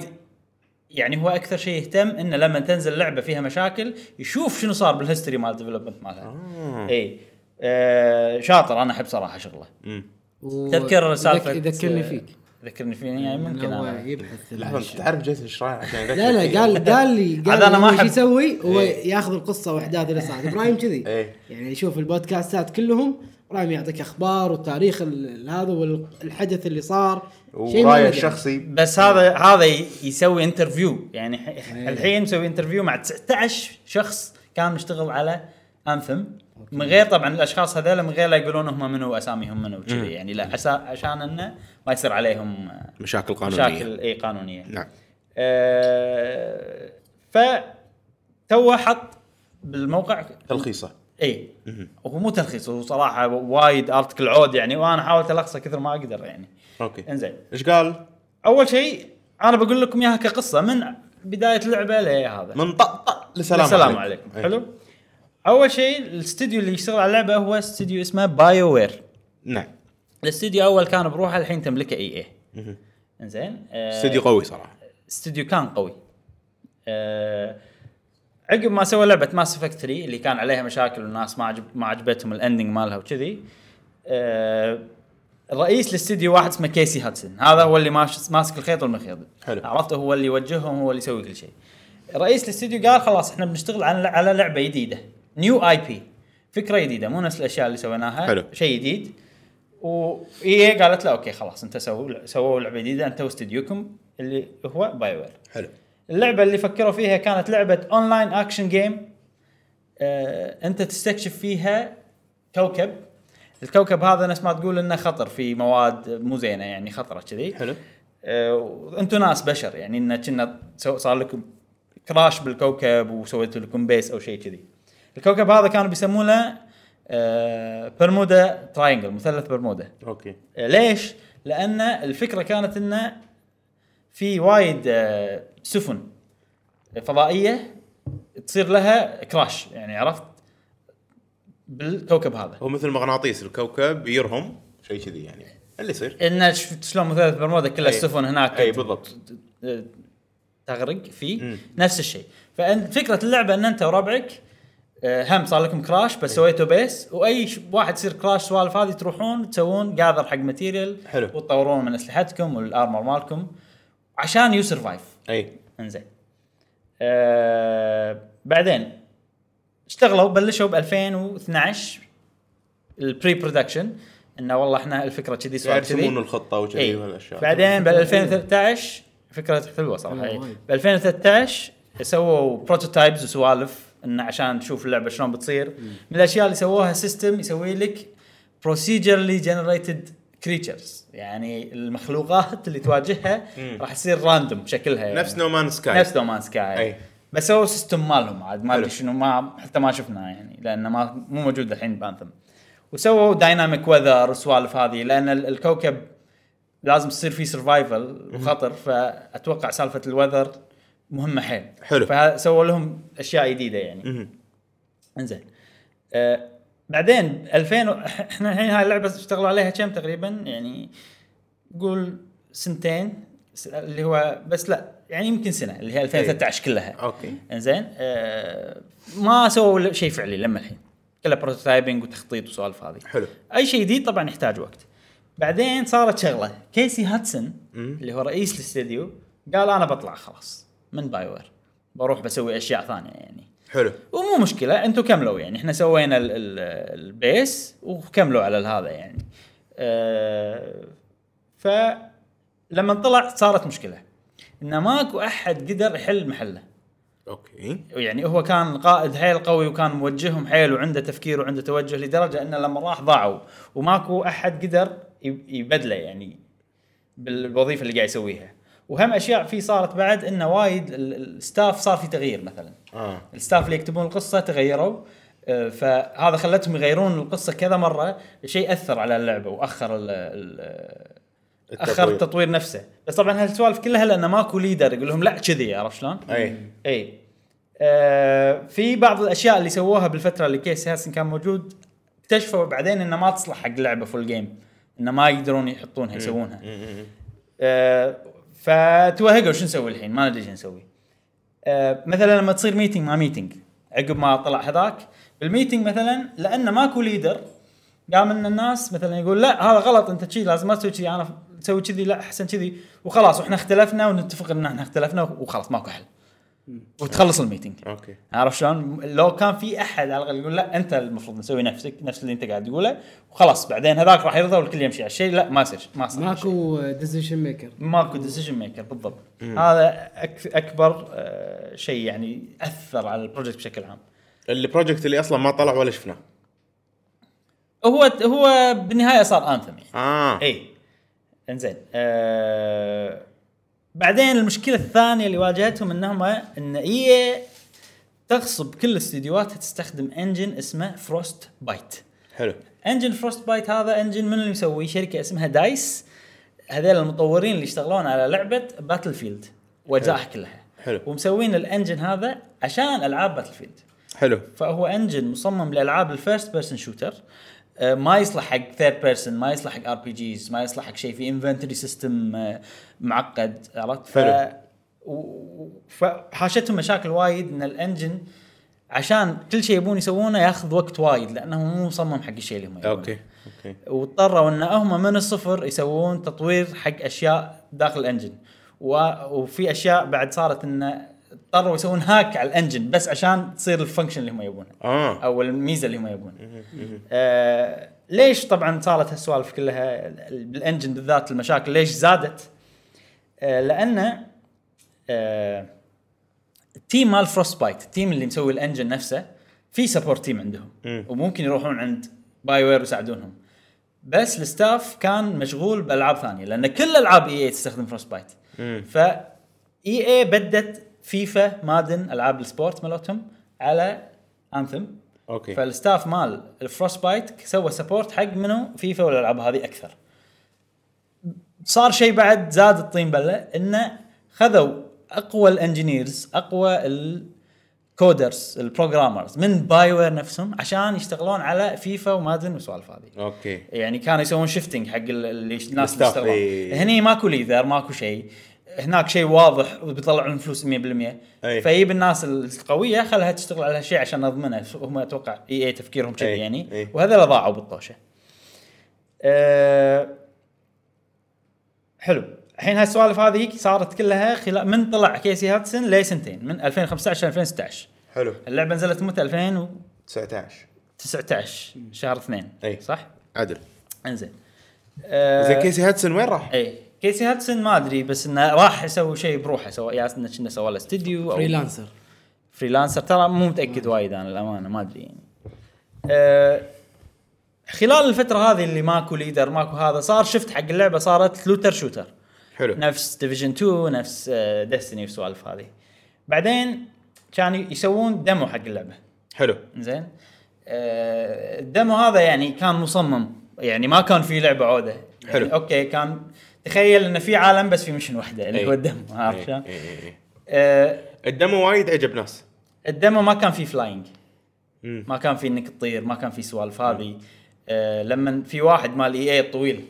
S1: يعني هو اكثر شيء يهتم انه لما تنزل لعبه فيها مشاكل يشوف شنو صار بالهيستوري مال الديفلوبمنت مالها
S3: آه.
S1: اي آه، شاطر انا احب صراحه شغله
S3: مم.
S2: و-
S1: تذكر
S2: يذك-
S1: سالفه
S2: يذكرني فيك
S1: ذكرني فيني يعني ممكن
S2: هو
S1: أنا.
S2: يبحث
S3: لحظه
S2: عن
S3: انت تعرف جيسون شراير عشان يذكر
S2: لا
S3: فيه.
S2: لا قال قال لي قال
S1: عاد أنا
S2: لي
S1: ما
S2: هو
S1: أحب-
S2: شو يسوي هو
S3: إيه.
S2: ياخذ القصه واحداث اللي صارت ابراهيم كذي
S3: إيه.
S2: يعني يشوف البودكاستات كلهم ابراهيم يعطيك اخبار وتاريخ ال- هذا والحدث اللي صار شيء ما
S3: ورايه
S2: ندري.
S3: الشخصي
S1: بس هذا هذا ي- يسوي انترفيو يعني ح- الحين مسوي انترفيو مع 19 شخص كان مشتغل على انثم من غير طبعا الاشخاص هذول من غير لا يقولون هم منو اساميهم منو كذي يعني لا عسا- عشان انه ما يصير عليهم آه،
S3: مشاكل قانونيه
S1: مشاكل اي قانونيه
S3: نعم
S1: آه، ف تو حط بالموقع
S3: تلخيصه
S1: اي هو مو تلخيص هو صراحه وايد ارتكل عود يعني وانا حاولت الخصه كثر ما اقدر يعني
S3: اوكي
S1: انزين
S3: ايش قال؟
S1: اول شيء انا بقول لكم اياها كقصه من بدايه اللعبه لهذا
S3: من طقطق لسلام
S1: السلام عليكم
S3: إيه.
S1: حلو اول شيء الاستديو اللي يشتغل على اللعبه هو استديو اسمه بايو وير
S3: نعم
S1: الاستديو اول كان بروحه الحين تملكه اي اي
S3: مهم.
S1: انزين آه،
S3: استديو قوي صراحه
S1: استوديو كان قوي آه، عقب ما سوى لعبه ماس افكت 3 اللي كان عليها مشاكل والناس ما عجب ما عجبتهم الاندنج مالها وكذي آه، رئيس الاستديو واحد اسمه كيسي هاتسون هذا هو اللي ماش- ماسك الخيط والمخيط
S3: حلو.
S1: عرفت هو اللي يوجههم هو اللي يسوي كل شيء رئيس الاستديو قال خلاص احنا بنشتغل على على لعبه جديده نيو اي بي فكره جديده مو نفس الاشياء اللي سويناها
S3: حلو.
S1: شيء جديد واي قالت له اوكي خلاص انت سووا سووا لعبه جديده انت واستديوكم اللي هو باي وير
S3: حلو
S1: اللعبه اللي فكروا فيها كانت لعبه اونلاين اكشن جيم آه، انت تستكشف فيها كوكب الكوكب هذا نفس ما تقول انه خطر في مواد مو زينه يعني خطره كذي
S3: حلو
S1: انتم ناس بشر يعني ان كنا سو- صار لكم كراش بالكوكب وسويتوا لكم بيس او شيء كذي الكوكب هذا كانوا بيسمونه آه، برمودا تراينجل مثلث برمودا
S3: اوكي
S1: آه، ليش؟ لان الفكره كانت انه في وايد آه، سفن فضائيه تصير لها كراش يعني عرفت؟ بالكوكب هذا
S3: هو مثل مغناطيس الكوكب يرهم شيء كذي يعني اللي يصير
S1: ان شفت شلون مثلث برمودا كل
S3: أي.
S1: السفن هناك
S3: اي بالضبط
S1: تغرق فيه
S3: مم.
S1: نفس الشيء ففكره اللعبه ان انت وربعك آه، هم صار لكم كراش
S3: إيه.
S1: بس سويتوا بيس واي ش- واحد يصير كراش سوالف هذه تروحون تسوون جاذر حق ماتيريال
S3: حلو.
S1: وتطورون من اسلحتكم والارمر مالكم عشان يو سرفايف
S3: اي
S1: انزين آه بعدين اشتغلوا بلشوا ب 2012 البري برودكشن انه والله احنا الفكره كذي
S3: يعني
S1: سوالف
S3: يرسمون
S1: كذي
S3: الخطه وكذي
S1: اي
S3: والاشياء
S1: بعدين إيه. بال 2013 فكره حلوه
S2: حلوة
S1: صراحه
S2: وايد.
S1: ب 2013 سووا بروتوتايبز وسوالف انه عشان تشوف اللعبه شلون بتصير من الاشياء اللي سووها سيستم يسوي لك بروسيجرلي جنريتد كريتشرز يعني المخلوقات اللي تواجهها راح تصير راندوم شكلها يعني.
S3: نفس نومان سكاي
S1: نفس دومان سكاي
S3: أي.
S1: بس هو سيستم مالهم عاد ما
S3: حلو.
S1: ادري شنو ما حتى ما شفناه يعني لانه ما مو موجود الحين بانثم وسووا دايناميك وذر والسوالف هذه لان ال- الكوكب لازم تصير فيه سرفايفل وخطر فاتوقع سالفه الوذر مهمه حيل
S3: حلو.
S1: فسووا لهم اشياء جديده يعني
S3: مهم.
S1: انزين آه بعدين 2000 و- احنا الحين هاي اللعبه اشتغلوا عليها كم تقريبا يعني قول سنتين س- اللي هو بس لا يعني يمكن سنه اللي هي
S3: إيه.
S1: 2013 كلها
S3: اوكي
S1: انزين آه ما سووا شيء فعلي لما الحين كله بروتوتايبنج وتخطيط وسوالف هذه
S3: حلو.
S1: اي شيء جديد طبعا يحتاج وقت بعدين صارت شغله كيسي هاتسون اللي هو رئيس الاستديو قال انا بطلع خلاص من بايور بروح بسوي اشياء ثانيه يعني
S3: حلو
S1: ومو مشكله انتم كملوا يعني احنا سوينا ال ال البيس وكملوا على هذا يعني أه فلما طلع صارت مشكله ان ماكو احد قدر يحل محله
S3: اوكي
S1: يعني هو كان قائد حيل قوي وكان موجههم حيل وعنده تفكير وعنده توجه لدرجه انه لما راح ضاعوا وماكو احد قدر يب- يبدله يعني بالوظيفه اللي قاعد يسويها وهم اشياء في صارت بعد انه وايد ال- ال- الستاف صار في تغيير مثلا
S3: اه
S1: الستاف اللي يكتبون القصه تغيروا آه، فهذا خلتهم يغيرون القصه كذا مره شيء اثر على اللعبه واخر ال ال اخر
S3: التطوير.
S1: التطوير نفسه بس طبعا هالسوالف كلها لانه ماكو ليدر يقول لهم لا كذي عرفت شلون؟
S3: اي
S1: اي آه في بعض الاشياء اللي سووها بالفتره اللي كيس هاسن كان موجود اكتشفوا بعدين انه ما تصلح حق لعبه فول جيم انه ما يقدرون يحطونها يسوونها آه فتوهقوا شو نسوي الحين ما ندري شو نسوي آه مثلا لما تصير ميتنج ما ميتنج عقب ما طلع هذاك بالميتنج مثلا لانه ماكو ليدر قام ان الناس مثلا يقول لا هذا غلط انت كذي لازم ما تسوي كذي انا تسوي كذي لا احسن كذي وخلاص واحنا اختلفنا ونتفق ان احنا اختلفنا وخلاص ماكو حل وتخلص الميتنج
S3: اوكي
S1: عرف شلون؟ لو كان في احد على الاقل يقول لا انت المفروض نسوي نفسك نفس اللي انت قاعد تقوله وخلاص بعدين هذاك راح يرضى والكل يمشي على الشيء لا ما يصير ما يصير شيء.
S2: ماكو ديسيشن ميكر
S1: ماكو ديسيجن ميكر بالضبط هذا أك اكبر آه، شيء يعني اثر على البروجكت بشكل عام
S3: البروجكت اللي اصلا ما طلع ولا شفناه
S1: هو هو بالنهايه صار انثم يعني
S3: اه
S1: اي انزين آه بعدين المشكله الثانيه اللي واجهتهم انهم ان اي تغصب كل استديوهاتها تستخدم انجن اسمه فروست بايت
S3: حلو
S1: انجن فروست بايت هذا انجن من اللي مسويه شركه اسمها دايس هذول المطورين اللي يشتغلون على لعبه باتل فيلد واجزائها كلها
S3: حلو.
S1: ومسوين الانجن هذا عشان العاب باتل فيلد
S3: حلو
S1: فهو انجن مصمم لالعاب الفيرست بيرسون شوتر آه، ما يصلح حق ثيرد بيرسون ما يصلح حق ار بي جيز ما يصلح حق شيء في انفنتوري سيستم معقد عرفت ف...
S3: حلو.
S1: و- و- فحاشتهم مشاكل وايد ان الانجن عشان كل شيء يبون يسوونه ياخذ وقت وايد لانه مو مصمم حق الشيء اللي هم يبونه.
S3: اوكي اوكي
S1: واضطروا ان هم من الصفر يسوون تطوير حق اشياء داخل الانجن و... وفي اشياء بعد صارت انه اضطروا يسوون هاك على الانجن بس عشان تصير الفانكشن اللي هم يبونها
S3: اه
S1: او الميزه اللي هم يبونها. آه ليش طبعا صارت هالسوالف كلها بالانجن بالذات المشاكل ليش زادت؟ آه لان آه التيم مال فروست بايت التيم اللي مسوي الانجن نفسه في سبورت تيم عندهم
S3: مم.
S1: وممكن يروحون عند باي وير ويساعدونهم بس الستاف كان مشغول بالعاب ثانيه لان كل العاب اي اي تستخدم فروست بايت
S3: مم.
S1: ف اي اي بدت فيفا مادن العاب السبورت مالتهم على انثم
S3: اوكي
S1: فالستاف مال الفروست بايت سوى سبورت حق منو فيفا والالعاب هذه اكثر صار شيء بعد زاد الطين بله انه خذوا اقوى الانجينيرز اقوى الكودرز البروجرامرز من بايوير نفسهم عشان يشتغلون على فيفا ومادن والسوالف هذه
S3: اوكي
S1: يعني كانوا يسوون شيفتنج حق ال- اللي الناس
S3: الستاف،
S1: اللي يشتغلون
S3: إي.
S1: هني ماكو ليدر ماكو شيء هناك شيء واضح وبيطلعون فلوس 100%
S3: أي.
S1: فيجيب الناس القويه خلها تشتغل على هالشيء عشان نضمنه هم اتوقع اي اي تفكيرهم كذي
S3: أي،
S1: يعني
S3: أي.
S1: وهذا اللي ضاعوا بالطوشه. أه حلو الحين هالسوالف هذه صارت كلها خلال من طلع كيسي هاتسون لسنتين من 2015 ل 2016
S3: حلو
S1: اللعبه نزلت متى 2019
S3: 19
S1: شهر 2
S3: أي.
S1: صح؟
S3: عدل
S1: انزين أه
S3: زين كيسي هاتسون وين راح؟
S1: اي كيسي هاتسون ما ادري بس انه راح يسوي شيء بروحه سوى يا انه كنا سوى له استديو او
S2: فريلانسر
S1: فريلانسر ترى مو متاكد وايد انا الامانه ما ادري يعني. أه خلال الفتره هذه اللي ماكو ليدر ماكو هذا صار شفت حق اللعبه صارت لوتر شوتر
S3: حلو
S1: نفس ديفيجن 2 نفس ديستني والسوالف هذه بعدين كانوا يسوون دمو حق اللعبه
S3: حلو
S1: زين آه، الدمو هذا يعني كان مصمم يعني ما كان في لعبه عوده يعني
S3: حلو.
S1: اوكي كان تخيل انه في عالم بس في مشن واحده اللي
S3: أي.
S1: يعني هو الدمو عارف
S3: إي،
S1: شلون؟
S3: إي، إي، إي.
S1: آه،
S3: الدمو وايد عجب ناس
S1: الدمو ما كان في فلاينج
S3: مم.
S1: ما كان في انك تطير ما كان في سوالف هذه آه، لما في واحد مال اي اي الطويل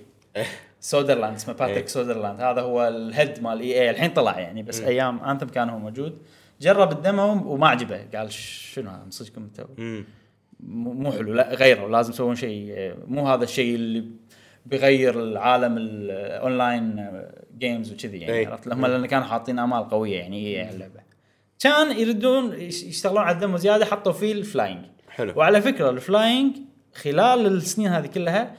S1: سودرلاند اسمه باتريك
S3: إيه.
S1: سودرلاند هذا هو الهيد مال اي اي الحين طلع يعني بس ايام انثم كان هو موجود جرب الدمو وما عجبه قال شنو هذا من صدقكم انتم
S3: مم.
S1: مو مو حلو لا غيره لازم يسوون شيء آه، مو هذا الشيء اللي بيغير العالم الاونلاين جيمز وكذي يعني
S3: إي.
S1: عرفت هم لان كانوا حاطين امال قويه يعني اي على اللعبه كان يردون يش- يشتغلون على الدمو زياده حطوا فيه الفلاينج
S3: حلو
S1: وعلى فكره الفلاينج خلال السنين هذه كلها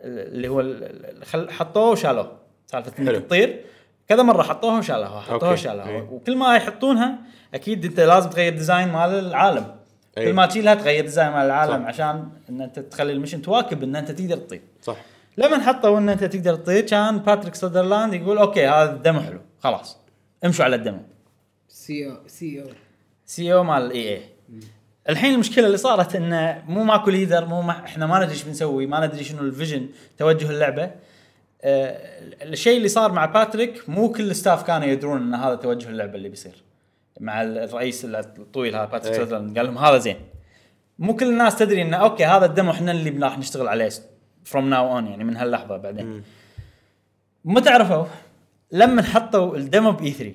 S1: اللي هو ال- ال- خل- حطوه وشالوه سالفه انك
S3: حلو.
S1: تطير كذا مره حطوها وشالوها حطوها
S3: أوكي.
S1: وشالوها
S3: إيه.
S1: وكل ما يحطونها اكيد انت لازم تغير ديزاين مال العالم
S3: إيه.
S1: كل ما تشيلها تغير ديزاين مال العالم
S3: صح.
S1: عشان ان انت تخلي المشن تواكب ان انت تقدر تطير
S3: صح
S1: لما حطوا ان انت تقدر تطير كان باتريك سودرلاند يقول اوكي هذا الدمو حلو خلاص امشوا على الدمو
S2: سي او سي او
S1: سي او E مال اي اي الحين المشكله اللي صارت انه مو ماكو ليدر مو ما احنا ما ندري ايش بنسوي ما ندري شنو الفيجن توجه اللعبه آه الشيء اللي صار مع باتريك مو كل الستاف كانوا يدرون ان هذا توجه اللعبه اللي بيصير مع الرئيس الطويل هذا باتريك
S3: إيه.
S1: سوذرلاند قال لهم هذا زين مو كل الناس تدري انه اوكي هذا الدمو احنا اللي راح نشتغل عليه فروم ناو اون يعني من هاللحظه بعدين
S3: مم.
S1: متى عرفوا؟ لما حطوا الدمو باي 3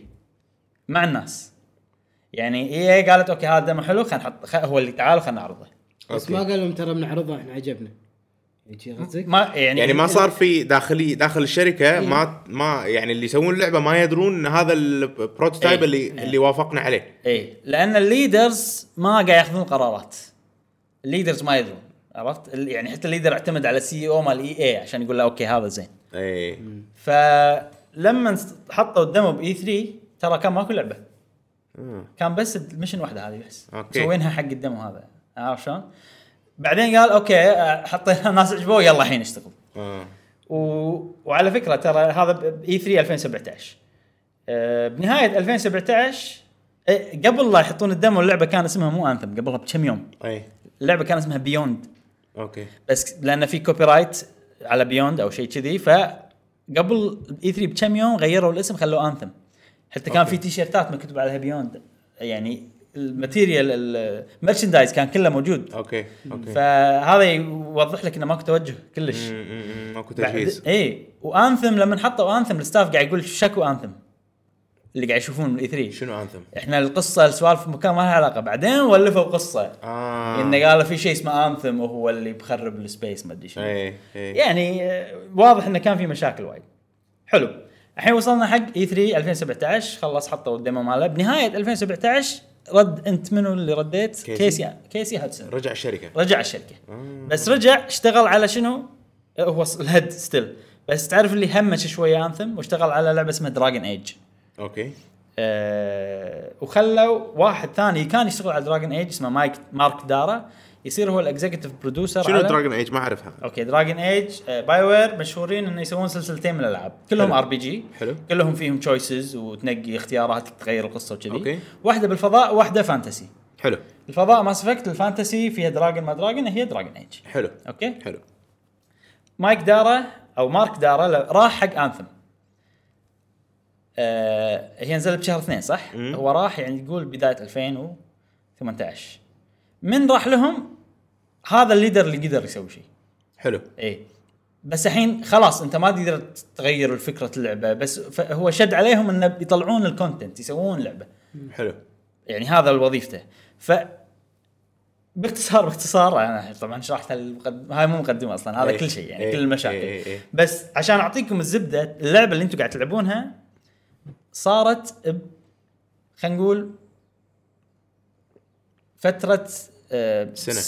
S1: مع الناس يعني اي اي قالت اوكي هذا دمو حلو خلينا نحط خ- هو اللي تعال خلينا نعرضه
S2: بس
S3: أوكي.
S2: ما قال لهم ترى بنعرضها احنا عجبنا يعني شي قصدك؟
S1: ما يعني إيه.
S3: يعني ما صار في داخلي داخل الشركه ما ما يعني اللي يسوون اللعبه ما يدرون ان هذا البروتوتايب
S1: إيه.
S3: اللي اللي وافقنا عليه
S1: اي لان إيه، الليدرز ما قاعد ياخذون قرارات الليدرز ما يدرون عرفت ال- يعني حتى الليدر اعتمد على السي او مال اي اي عشان يقول له اوكي هذا زين
S3: اي
S1: فلما نس- حطوا الدمو باي 3 ترى كان ماكو لعبه
S3: آه.
S1: كان بس المشن واحده هذه بس
S3: أوكي.
S1: سوينها حق الدمو هذا عارف شلون؟ بعدين قال اوكي آه، حطينا الناس عجبوه يلا الحين اشتغل
S3: آه.
S1: و... وعلى فكره ترى هذا E اي 3 2017 أه بنهايه 2017 أه قبل لا يحطون الدمو اللعبه كان اسمها مو انثم قبلها بكم يوم
S3: اي
S1: اللعبه كان اسمها بيوند
S3: اوكي
S1: بس لان في كوبي رايت على بيوند او شيء كذي فقبل اي 3 بكم يوم غيروا الاسم خلوه انثم حتى كان
S3: أوكي.
S1: في تيشيرتات مكتوب عليها بيوند يعني الماتيريال المرشندايز كان كله موجود
S3: اوكي اوكي
S1: فهذا يوضح لك انه ماكو توجه كلش
S3: مم، مم، مم، ماكو
S1: بعد
S3: تجهيز
S1: اي وانثم لما حطوا انثم الستاف قاعد يقول شكو انثم اللي قاعد يشوفون من E الاي 3
S3: شنو انثم؟
S1: احنا القصه السوالف مكان ما لها علاقه بعدين ولفوا قصه
S3: اه
S1: انه قالوا في شيء اسمه انثم وهو اللي بخرب السبيس ما ادري شنو
S3: اي اي
S1: يعني آه، واضح انه كان في مشاكل وايد حلو الحين وصلنا حق E اي 3 2017 خلص حطوا الديمو ماله بنهايه 2017 رد انت منو اللي رديت؟
S3: كيسي.
S1: كيسي كيسي هاتسون
S3: رجع الشركه
S1: رجع الشركه
S3: آه.
S1: بس رجع اشتغل على شنو؟ آه، هو ص- الهيد ستيل بس تعرف اللي همش شويه انثم واشتغل على لعبه اسمها دراجن ايج
S3: اوكي
S1: أه وخلوا واحد ثاني كان يشتغل على دراجن ايج اسمه مايك مارك دارا يصير هو الاكزكتيف برودوسر
S3: شنو دراجون ايج ما اعرفها
S1: اوكي دراجن ايج باي وير آه، مشهورين انه يسوون سلسلتين من الالعاب كلهم
S3: حلو.
S1: ار بي جي
S3: حلو.
S1: كلهم فيهم تشويسز وتنقي اختيارات تغير القصه وكذي
S3: أوكي.
S1: واحده بالفضاء واحده فانتسي
S3: حلو
S1: الفضاء ماس افكت الفانتسي فيها دراجن ما دراجن هي دراجن ايج
S3: حلو
S1: اوكي
S3: حلو
S1: مايك دارا او مارك دارا ل- راح حق انثم آه هي نزلت بشهر اثنين صح؟
S3: مم.
S1: هو راح يعني تقول بدايه 2018 من راح لهم هذا الليدر اللي قدر يسوي شيء
S3: حلو
S1: اي بس الحين خلاص انت ما تقدر تغير فكره اللعبه بس ف- هو شد عليهم انه يطلعون الكونتنت يسوون لعبه
S3: حلو
S1: يعني هذا وظيفته ف باختصار باختصار انا طبعا شرحت المقد... هاي مو مقدمه اصلا هذا
S3: إيه.
S1: كل شيء يعني
S3: إيه.
S1: كل المشاكل
S3: إيه. إيه. إيه.
S1: بس عشان اعطيكم الزبده اللعبه اللي انتم قاعد تلعبونها صارت ب... خلينا نقول فتره آه
S3: سنة. إيه.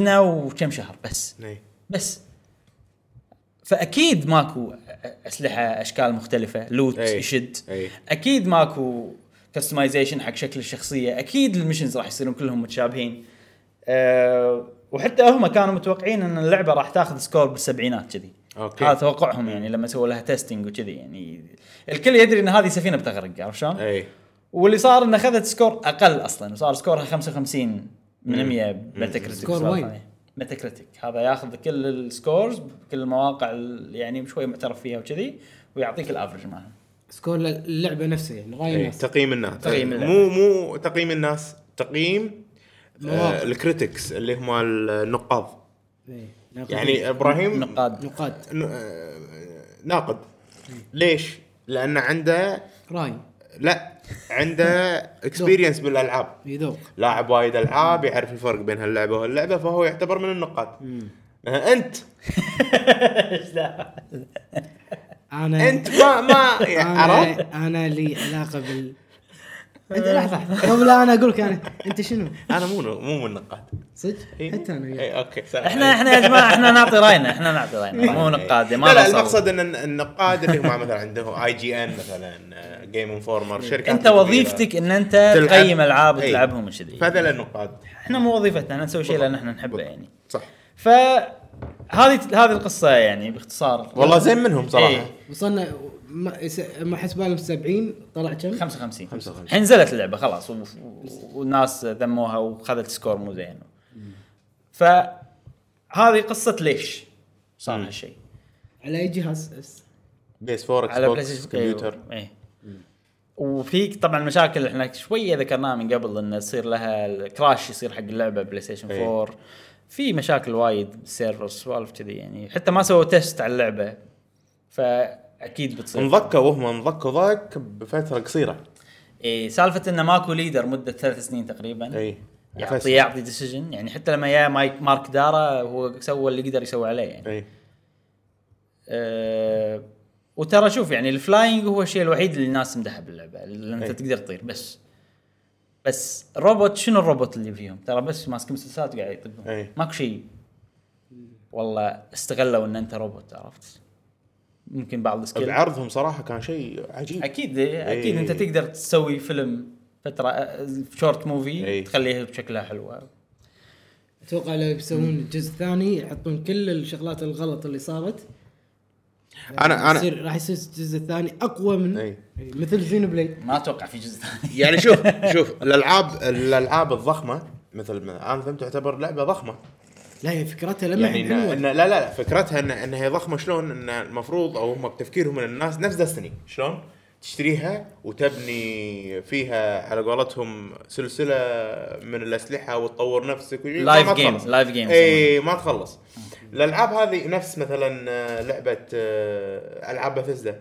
S1: سنه وكم شهر بس
S3: إي.
S1: بس فاكيد ماكو اسلحه اشكال مختلفه لوت
S3: أي.
S1: يشد
S3: أي.
S1: اكيد ماكو كستمايزيشن حق شكل الشخصيه اكيد المشنز راح يصيرون كلهم متشابهين أه وحتى هم كانوا متوقعين ان اللعبه راح تاخذ سكور بالسبعينات كذي
S3: أوكي.
S1: هذا توقعهم يعني لما سووا لها تيستنج وكذي يعني الكل يدري ان هذه سفينه بتغرق عرفت شلون؟
S3: اي
S1: واللي صار انه اخذت سكور اقل اصلا صار سكورها 55 من 100 ميتا كريتيك
S2: سكور وين؟
S1: ميتا كريتيك هذا ياخذ كل السكورز بكل المواقع ال- يعني شوي معترف فيها وكذي ويعطيك الافرج مالهم
S2: سكور اللعبه نفسها يعني راي
S3: اي
S2: الناس
S3: إيه، تقييم الناس
S1: تقييم
S3: أي.
S1: الناس.
S3: مو مو تقييم الناس تقييم
S2: مواقع.
S3: آه الكريتكس اللي هم النقاض
S2: إيه، ناقد.
S3: يعني ابراهيم
S1: نقاد
S2: نقاد
S3: ن- آه، ناقد ليش؟ لان عنده
S2: راي
S3: لا عنده اكسبيرينس بالالعاب
S2: يذوق
S3: لاعب وايد العاب يعرف الفرق بين هاللعبه وهاللعبه فهو يعتبر من النقاد آه، انت
S2: انا
S3: انت ما ما يعني عرفت؟
S2: انا انا لي علاقه بال انت لحظه قبل لا انا اقول لك انا انت شنو؟
S3: انا مو مو من النقاد إيه،
S2: صدق؟
S3: إي.
S2: حتى انا وياك.
S3: اي اوكي سلام
S1: احنا
S3: عليكم.
S1: احنا يا جماعه احنا نعطي راينا احنا نعطي راينا مو نقاد ما
S3: يعني. لا
S1: نصور.
S3: لا المقصد ان الن- النقاد اللي هم مثلا عندهم اي جي ان مثلا جيم انفورمر شركه
S1: انت إيه، وظيفتك ان انت
S3: تلعب. إيه.
S1: تقيم العاب
S3: إي.
S1: وتلعبهم وكذي
S3: فهذا النقاد
S1: احنا مو وظيفتنا احنا نسوي شيء لان احنا نحبه يعني
S3: صح
S1: فهذه هذه القصه يعني باختصار
S3: والله زين منهم صراحه
S1: إي.
S2: وصلنا ما يس- ما حسب بالهم 70 طلع كم؟
S1: 55
S3: 55.
S1: الحين نزلت اللعبه خلاص و- و- والناس ذموها وخذت سكور مو زين فهذه قصه ليش صار هالشيء
S2: على اي جهاز بس؟
S3: بيس 4
S1: على بلاي
S3: اكس بوكس
S1: ستيشن
S3: كمبيوتر
S1: ايه وفي طبعا مشاكل احنا شويه ذكرناها من قبل انه يصير لها الكراش يصير حق اللعبه بلاي ستيشن
S3: إيه.
S1: 4 في مشاكل وايد سيرفر سوالف كذي يعني حتى ما سووا تيست على اللعبه فاكيد بتصير
S3: انضكوا وهم انضكوا ضك بفتره قصيره
S1: إيه سالفه انه ماكو ليدر مده ثلاث سنين تقريبا
S3: اي
S1: يعطي يعطي ديسيجن يعني حتى لما يا مايك مارك دارا هو سوى اللي قدر يسوي عليه يعني
S3: اي
S1: أه وترى شوف يعني الفلاينج هو الشيء الوحيد اللي الناس مدحه باللعبه اللي انت
S3: أي.
S1: تقدر تطير بس بس روبوت شنو الروبوت اللي فيهم ترى بس ماسك مسدسات وقاعد يطقون
S3: أي.
S1: ماكو شيء والله استغلوا ان انت روبوت عرفت ممكن بعض السكيل
S3: بعرضهم صراحه كان شيء عجيب
S1: اكيد اكيد
S3: إي.
S1: انت تقدر تسوي فيلم فتره شورت موفي
S3: إي.
S1: تخليها بشكلها حلوه
S2: اتوقع لو بيسوون جزء ثاني يحطون كل الشغلات الغلط اللي صارت
S3: انا انا
S2: يصير راح يصير الجزء الثاني اقوى من
S3: إي.
S2: إي، مثل زينو بليد
S1: ما اتوقع في جزء ثاني
S3: يعني شوف شوف الالعاب الالعاب الضخمه مثل ما انثم تعتبر لعبه ضخمه
S2: لا هي فكرتها لما
S3: يعني
S2: يعني
S3: إن إن
S2: حلوه
S3: لا لا لا فكرتها ان ان هي ضخمه شلون ان المفروض او هم بتفكيرهم ان الناس نفس دستني شلون تشتريها وتبني فيها على قولتهم سلسله من الاسلحه وتطور نفسك وشي، ما-
S1: Live
S3: ما
S1: games،
S3: تخلص.
S1: live games.
S3: اي ما تخلص الالعاب هذه نفس مثلا آه، لعبه آه، العاب بثزدا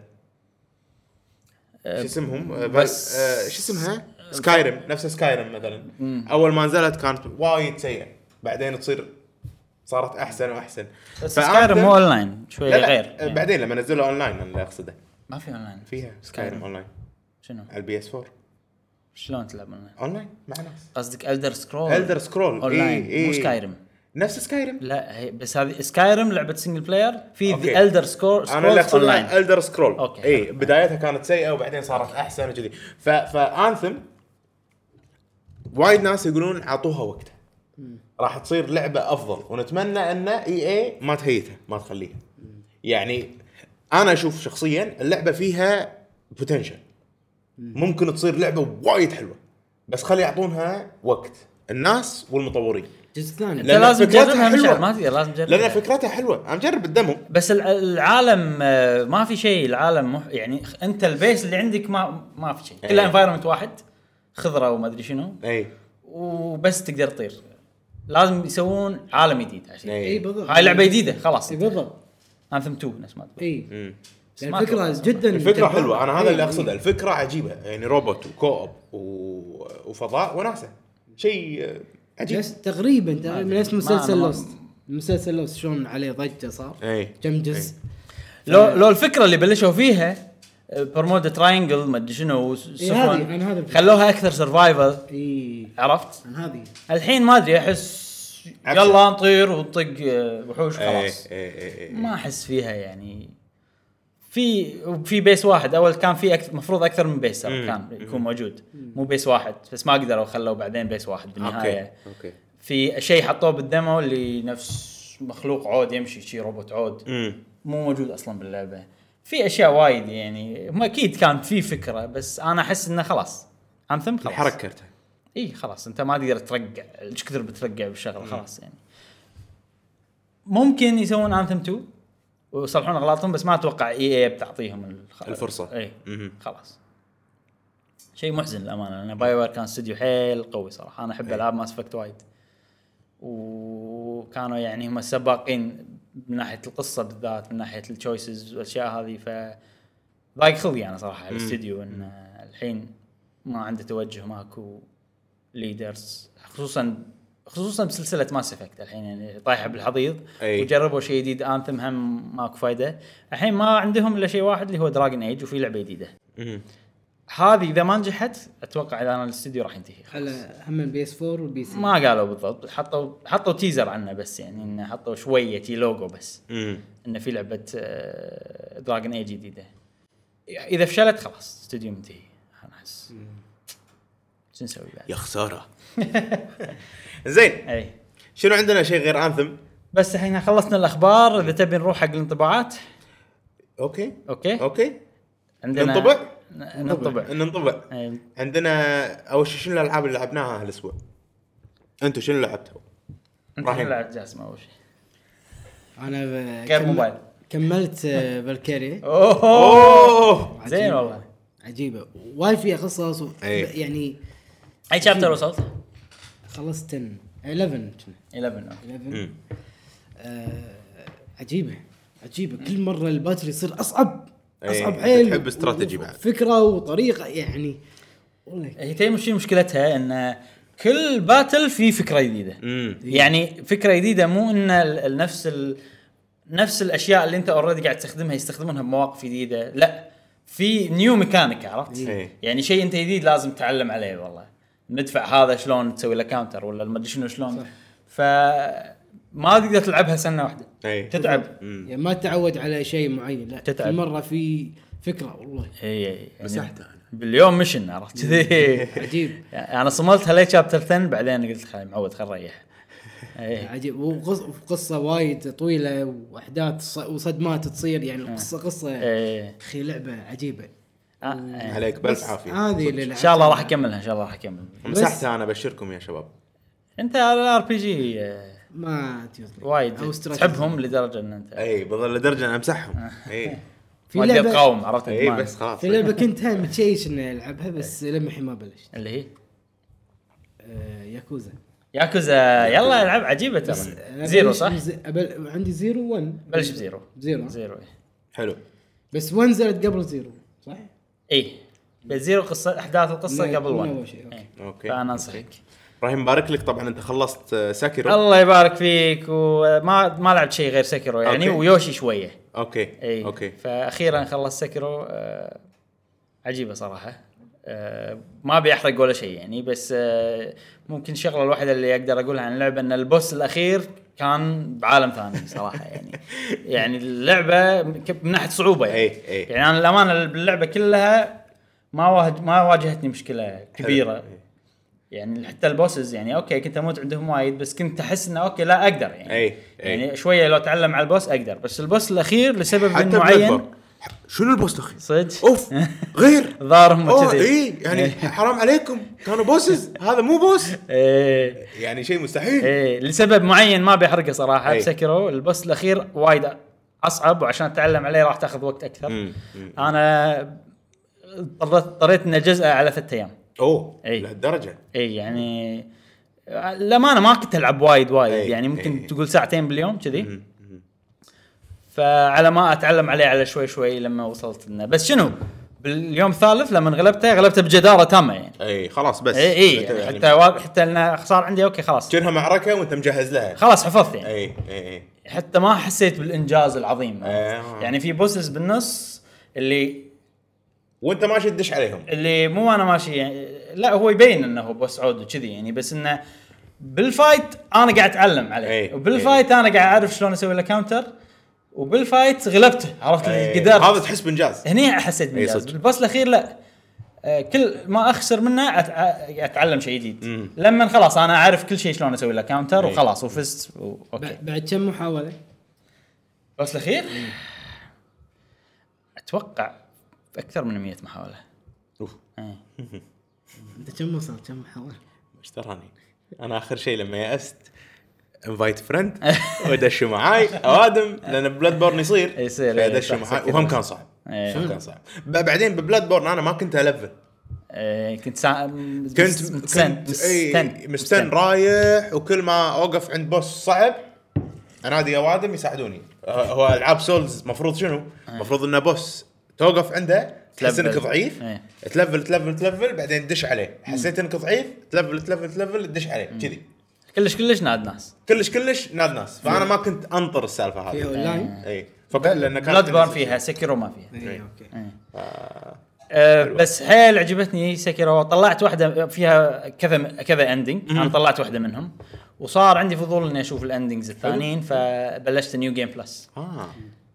S3: شو اسمهم آه،
S1: بس-
S3: آه، شو اسمها سكايرم نفس سكايرم مثلا اول ما نزلت كانت وايد سيئه بعدين تصير صارت احسن واحسن
S1: بس
S3: فأنت-
S1: سكايرم مو اونلاين شوي
S3: لا لا
S1: غير يعني
S3: آه، بعدين لما نزلوا اونلاين انا اللي اقصده
S1: ما في اونلاين
S3: فيها سكايرم
S1: سكايرم
S3: اونلاين
S1: شنو؟
S3: على البي اس 4
S1: شلون تلعب اونلاين؟
S3: اونلاين مع ناس
S1: قصدك الدر سكرول
S3: Elder Scroll، إيه،
S1: اونلاين
S3: إي، إي.
S1: مو سكايرم
S3: نفس سكايرم
S1: لا هي بس هذه سكايرم لعبه سنجل بلاير في
S3: أوكي.
S1: الدر سكرول
S3: انا اللي اقصدها
S1: اونلاين
S3: الدر سكرول
S1: أوكي.
S3: اي بدايتها كانت سيئه وبعدين صارت احسن وكذي ف... فانثم وايد ناس يقولون اعطوها وقتها راح تصير لعبه افضل ونتمنى ان اي اي ما تهيتها ما تخليها يعني انا اشوف شخصيا اللعبه فيها بوتنشل ممكن تصير لعبه وايد حلوه بس خلي يعطونها وقت الناس والمطورين
S2: جزء ثاني
S1: انت
S3: لأن
S1: لازم
S3: فكرتها
S1: تجربها مش
S3: حلوة.
S1: عارف، ما تقدر لازم
S3: لان
S1: تجربها
S3: فكرتها حلوه انا مجرب الدمو
S1: بس الع- العالم آه، ما في شيء العالم مح... يعني خ- انت البيس اللي عندك ما ما في شيء كله
S3: إي.
S1: انفايرمنت واحد خضره وما ادري شنو
S3: اي
S1: وبس تقدر تطير لازم يسوون عالم جديد عشان
S3: إي.
S2: اي إيه، بالضبط
S1: هاي لعبه جديده خلاص
S2: اي إيه، بالضبط
S1: انثم 2 نفس ما تقول
S2: اي
S3: مم.
S2: يعني الفكره جدا
S3: الفكره
S2: جداً.
S3: حلوه انا هذا
S2: إي،
S3: اللي
S2: إي.
S1: إيه.
S3: اقصده الفكره عجيبه يعني روبوت وكو اوب و... وفضاء وناسه شيء آه، عجيب
S2: نفس تقريبا تقريبا نفس
S1: ما-
S2: مسلسل
S1: ما-
S2: لوست مسلسل لوست شلون عليه ضجه صار
S3: اي
S2: كم جزء
S1: لو لو الفكره اللي بلشوا فيها آه، برمودا تراينجل ما ادري شنو وس-
S2: إي،
S1: سفن.
S2: إيه، هذه- أنا هذا-
S1: خلوها اكثر سرفايفل
S2: اي
S1: عرفت
S2: عن إيه. هذه
S1: الحين ما ادري احس
S3: عكسها.
S1: يلا نطير ونطق آه، وحوش
S3: اي
S1: خلاص
S3: اي اي
S1: ما احس فيها يعني في في بيس واحد اول كان في أكثر المفروض اكثر من بيس ترى
S3: مم.
S1: كان يكون موجود مو بيس واحد بس ما قدروا خلوا بعدين بيس واحد
S3: اوكي
S1: بالنهايه
S3: اوكي
S1: في شيء حطوه بالديمو اللي نفس مخلوق عود يمشي شي روبوت عود
S3: امم
S1: مو موجود اصلا باللعبه في اشياء وايد يعني ما اكيد كان في فكره بس انا احس انه خلاص انثم خلاص
S3: الحركه كرتها
S1: اي خلاص انت ما تقدر ترقع ايش كثر بترقع بالشغله خلاص يعني ممكن يسوون انثم 2 ويصلحون اغلاطهم بس ما اتوقع اي اي بتعطيهم الخ-
S3: الفرصة.
S1: اي
S3: مهم.
S1: خلاص شيء محزن للامانه لان باي وير كان استوديو حيل قوي صراحه انا احب العاب ماس افكت وايد وكانوا يعني هم السباقين من ناحيه القصه بالذات من ناحيه التشويسز والاشياء هذه ف ضايق خلقي انا صراحه الاستديو ان الحين ما عنده توجه ماكو ليدرز خصوصا خصوصا بسلسله ماس افكت الحين يعني طايحه بالحضيض
S3: أي.
S1: وجربوا شيء جديد انثم هم ماكو فايده الحين ما عندهم الا شيء واحد اللي هو دراجن ايج وفي لعبه جديده
S3: مهم.
S1: هذه اذا ما نجحت اتوقع اذا انا الاستديو راح ينتهي خلاص.
S2: على هم البي اس 4 والبي سي
S1: ما قالوا بالضبط حطوا حطوا تيزر عنه بس يعني انه حطوا شويه تي لوجو بس
S3: مهم.
S1: انه في آه، لعبه دراجن اي جديده اذا فشلت خلاص استوديو منتهي انا احس شو نسوي بعد؟
S3: يا خساره زين
S1: اي
S3: شنو عندنا شيء غير انثم؟
S1: بس الحين خلصنا الاخبار اذا تبي نروح حق الانطباعات
S3: اوكي
S1: اوكي
S3: اوكي
S1: عندنا
S3: ننطبع؟
S1: ن- ننطبع إيه.
S3: ننطبع
S1: أي.
S3: عندنا اول شيء شنو الالعاب اللي لعبناها هالاسبوع؟ انتم شنو لعبتوا؟
S1: انت
S3: إبراهيم.
S1: نلعب جاسم اول شيء
S2: انا ب-
S1: غير
S2: كم-
S1: موبايل.
S2: كملت آه، فالكيريا
S1: اوه
S3: اوه
S2: عجيبة.
S1: زين والله.
S2: عجيبه وايد فيها قصص و...
S3: أي.
S2: يعني
S1: اي شابتر وصلت؟
S2: خلصت 10 11 كنا
S1: 11 أوكي.
S2: 11 آه عجيبه عجيبه كل مره الباتري يصير اصعب
S3: أي،
S2: اصعب
S3: أنت
S2: حيل
S3: إيه، تحب
S2: و-
S3: استراتيجي
S2: و-
S3: بعد.
S2: فكره وطريقه يعني والله
S1: هي تدري شو مشكلتها ان كل باتل في فكره جديده
S3: امم
S1: يعني فكره جديده مو ان ال- ال- نفس ال... نفس الاشياء اللي انت اوريدي قاعد تستخدمها يستخدمونها بمواقف جديده لا في نيو ميكانيك عرفت؟
S3: إيه.
S1: يعني شيء انت جديد لازم تتعلم عليه والله ندفع هذا شلون تسوي له كاونتر ولا ما ادري شنو شلون ف ما تقدر تلعبها سنه واحده
S3: اي
S1: تتعب
S2: يعني ما تعود على شيء معين لا
S1: تتعب.
S2: كل مره في فكره والله
S1: اي اي
S3: مسحته
S1: يعني
S3: أنا.
S1: باليوم مشن عرفت كذي
S2: عجيب
S1: انا صملتها لي شابتر 10 بعدين قلت خلي معود خل إيه، ريح اي
S2: عجيب وقص- وقصه وايد طويله واحداث ص- وصدمات تصير يعني القصه قصه
S1: اي
S2: اخي لعبه عجيبه
S1: إيه، آه، إي.
S3: عليك
S2: بس
S3: بالف عافيه
S2: هذه اللي
S1: ان شاء الله راح
S2: لعبتها.
S1: اكملها ان شاء الله راح اكمل
S3: مسحتها انا ابشركم يا شباب
S1: انت على الار بي جي
S2: ما تيوز لي.
S1: وايد
S2: أو استراتيجي.
S1: تحبهم لدرجه ان انت
S3: اي بالضبط لدرجه انا امسحهم اي
S2: في
S1: طيب، ما
S2: لعبه
S1: تقدر تقاوم عرفت
S3: اي
S1: إدمان.
S3: إيه، بس خلاص
S2: في لعبه كنت هم متشيش اني العبها بس
S1: إيه.
S2: لما الحين ما بلشت
S1: اللي هي
S2: آه، ياكوزا
S1: ياكوزا يلا العاب عجيبه ترى
S2: أنا
S1: زيرو
S2: بلش
S1: صح؟
S2: من زي- أبل... عندي زيرو 1
S1: بلش بزيرو
S2: زيرو
S1: زيرو إيه. إي.
S3: حلو
S2: بس 1 نزلت قبل زيرو صح؟
S1: اي إيه. بس زيرو قصه احداث القصه
S2: من-
S1: قبل إيه.
S2: من
S1: ون
S2: أول شيء، أوكي.
S1: إي.
S3: اوكي
S1: فانا انصحك
S3: ابراهيم مبارك لك طبعا انت خلصت آه، ساكيرو
S1: الله يبارك فيك وما ما لعبت شيء غير سكرو يعني
S3: أوكي.
S1: ويوشي شويه
S3: اوكي
S1: اي
S3: اوكي
S1: فاخيرا خلص سكرو آه عجيبه صراحه آه ما ابي احرق ولا شيء يعني بس آه ممكن الشغله الوحيده اللي اقدر اقولها عن اللعبه ان البوس الاخير كان بعالم ثاني صراحه يعني يعني اللعبه ك- من ناحيه صعوبه يعني
S3: إي، إي.
S1: يعني انا الامانه باللعبه كلها ما واجه ما واجهتني مشكله كبيره
S3: حلو.
S1: يعني حتى البوسز يعني اوكي كنت اموت عندهم وايد بس كنت احس انه اوكي لا اقدر يعني
S3: أي، أي.
S1: يعني شويه لو اتعلم على البوس اقدر بس البوس الاخير لسبب
S3: حتى
S1: معين
S3: معين شنو البوست اخي؟
S1: صدق
S3: اوف غير
S1: ظهرهم
S3: اوه
S1: كذي. إيه.
S3: اي يعني حرام عليكم كانوا بوسز هذا مو بوس
S1: ايه
S3: يعني شيء مستحيل
S1: ايه لسبب معين ما بيحرقه صراحه
S3: إيه.
S1: بسكرو البوس الاخير وايد اصعب وعشان اتعلم عليه راح تاخذ وقت اكثر انا اضطريت اضطريت اني اجزءه على ثلاث ايام
S3: اوه
S1: إي.
S3: لهالدرجه
S1: اي يعني الامانه ما كنت العب وايد وايد
S3: إيه،
S1: يعني ممكن
S3: إيه.
S1: تقول ساعتين باليوم كذي
S3: مم، مم.
S1: فعلى ما اتعلم عليه على شوي شوي لما وصلت انه بس شنو باليوم الثالث لما غلبته غلبته بجداره تامه يعني
S3: اي إيه، خلاص بس يعني
S1: اي اي إيه، يعني حتى وا- حتى انه صار عندي اوكي خلاص
S3: كانها معركه وانت مجهز لها إيه،
S1: خلاص حفظت يعني
S3: اي اي اي
S1: حتى ما حسيت بالانجاز العظيم
S3: آه.
S1: يعني في بوسز بالنص اللي
S3: وانت ماشي تدش عليهم
S1: اللي مو انا ماشي يعني لا هو يبين انه هو بوس عود وكذي يعني بس انه بالفايت انا قاعد اتعلم عليه
S3: إي.
S1: وبالفايت
S3: إيه.
S1: انا قاعد اعرف شلون اسوي له كاونتر وبالفايت غلبته عرفت اللي
S3: إيه،
S1: قدرت
S3: هذا تحس بانجاز
S1: هني حسيت بالجاز
S3: صدق.
S1: بالبوس الاخير لا آه، كل ما اخسر منه أت- أ- اتعلم شيء جديد
S3: مم. إيه.
S1: لما خلاص انا اعرف كل شيء شلون اسوي له كاونتر
S3: إي.
S1: وخلاص وفزت و- اوكي
S2: ب- بعد كم محاوله؟
S1: البوس الاخير اتوقع اكثر من 100 محاوله
S3: أوف.
S1: إي.
S2: انت كم وصلت كم محاوله؟
S3: ايش تراني؟ انا اخر شيء لما يأست انفايت فرند ودشوا معاي اوادم لان بلاد بورن يصير
S1: يصير، إيه،
S3: فدشوا
S1: صح،
S3: معاي
S1: صح.
S3: وهم كان صعب
S1: إيه.
S3: هم كان صعب ب- بعدين ببلاد بورن انا ما كنت الفل
S1: إيه، كنت سا...
S3: كنت
S1: مستن
S3: كنت- إي، مستن رايح وكل ما اوقف عند بوس صعب انادي اوادم يساعدوني آه، هو العاب سولز المفروض شنو؟ المفروض انه بوس توقف عنده تحس
S1: تلفل.
S3: انك ضعيف
S1: إيه.
S3: تلفل تلفل تلفل بعدين تدش عليه حسيت انك ضعيف تلفل تلفل تلفل تدش عليه كذي
S1: كلش كلش ناد ناس
S3: كلش كلش ناد ناس فانا ما كنت انطر السالفه
S1: آه،
S2: في
S3: هذه
S2: اونلاين؟
S3: اي فكان لان كان
S1: بلاد بورن فيها سكرو ما فيها
S2: اي
S1: إيه،
S2: اوكي
S1: أه بس حيل عجبتني سكرو طلعت واحده فيها كذا كذا اندنج انا طلعت واحده منهم وصار عندي فضول اني اشوف الاندنجز الثانيين فبلشت نيو جيم بلس
S3: اه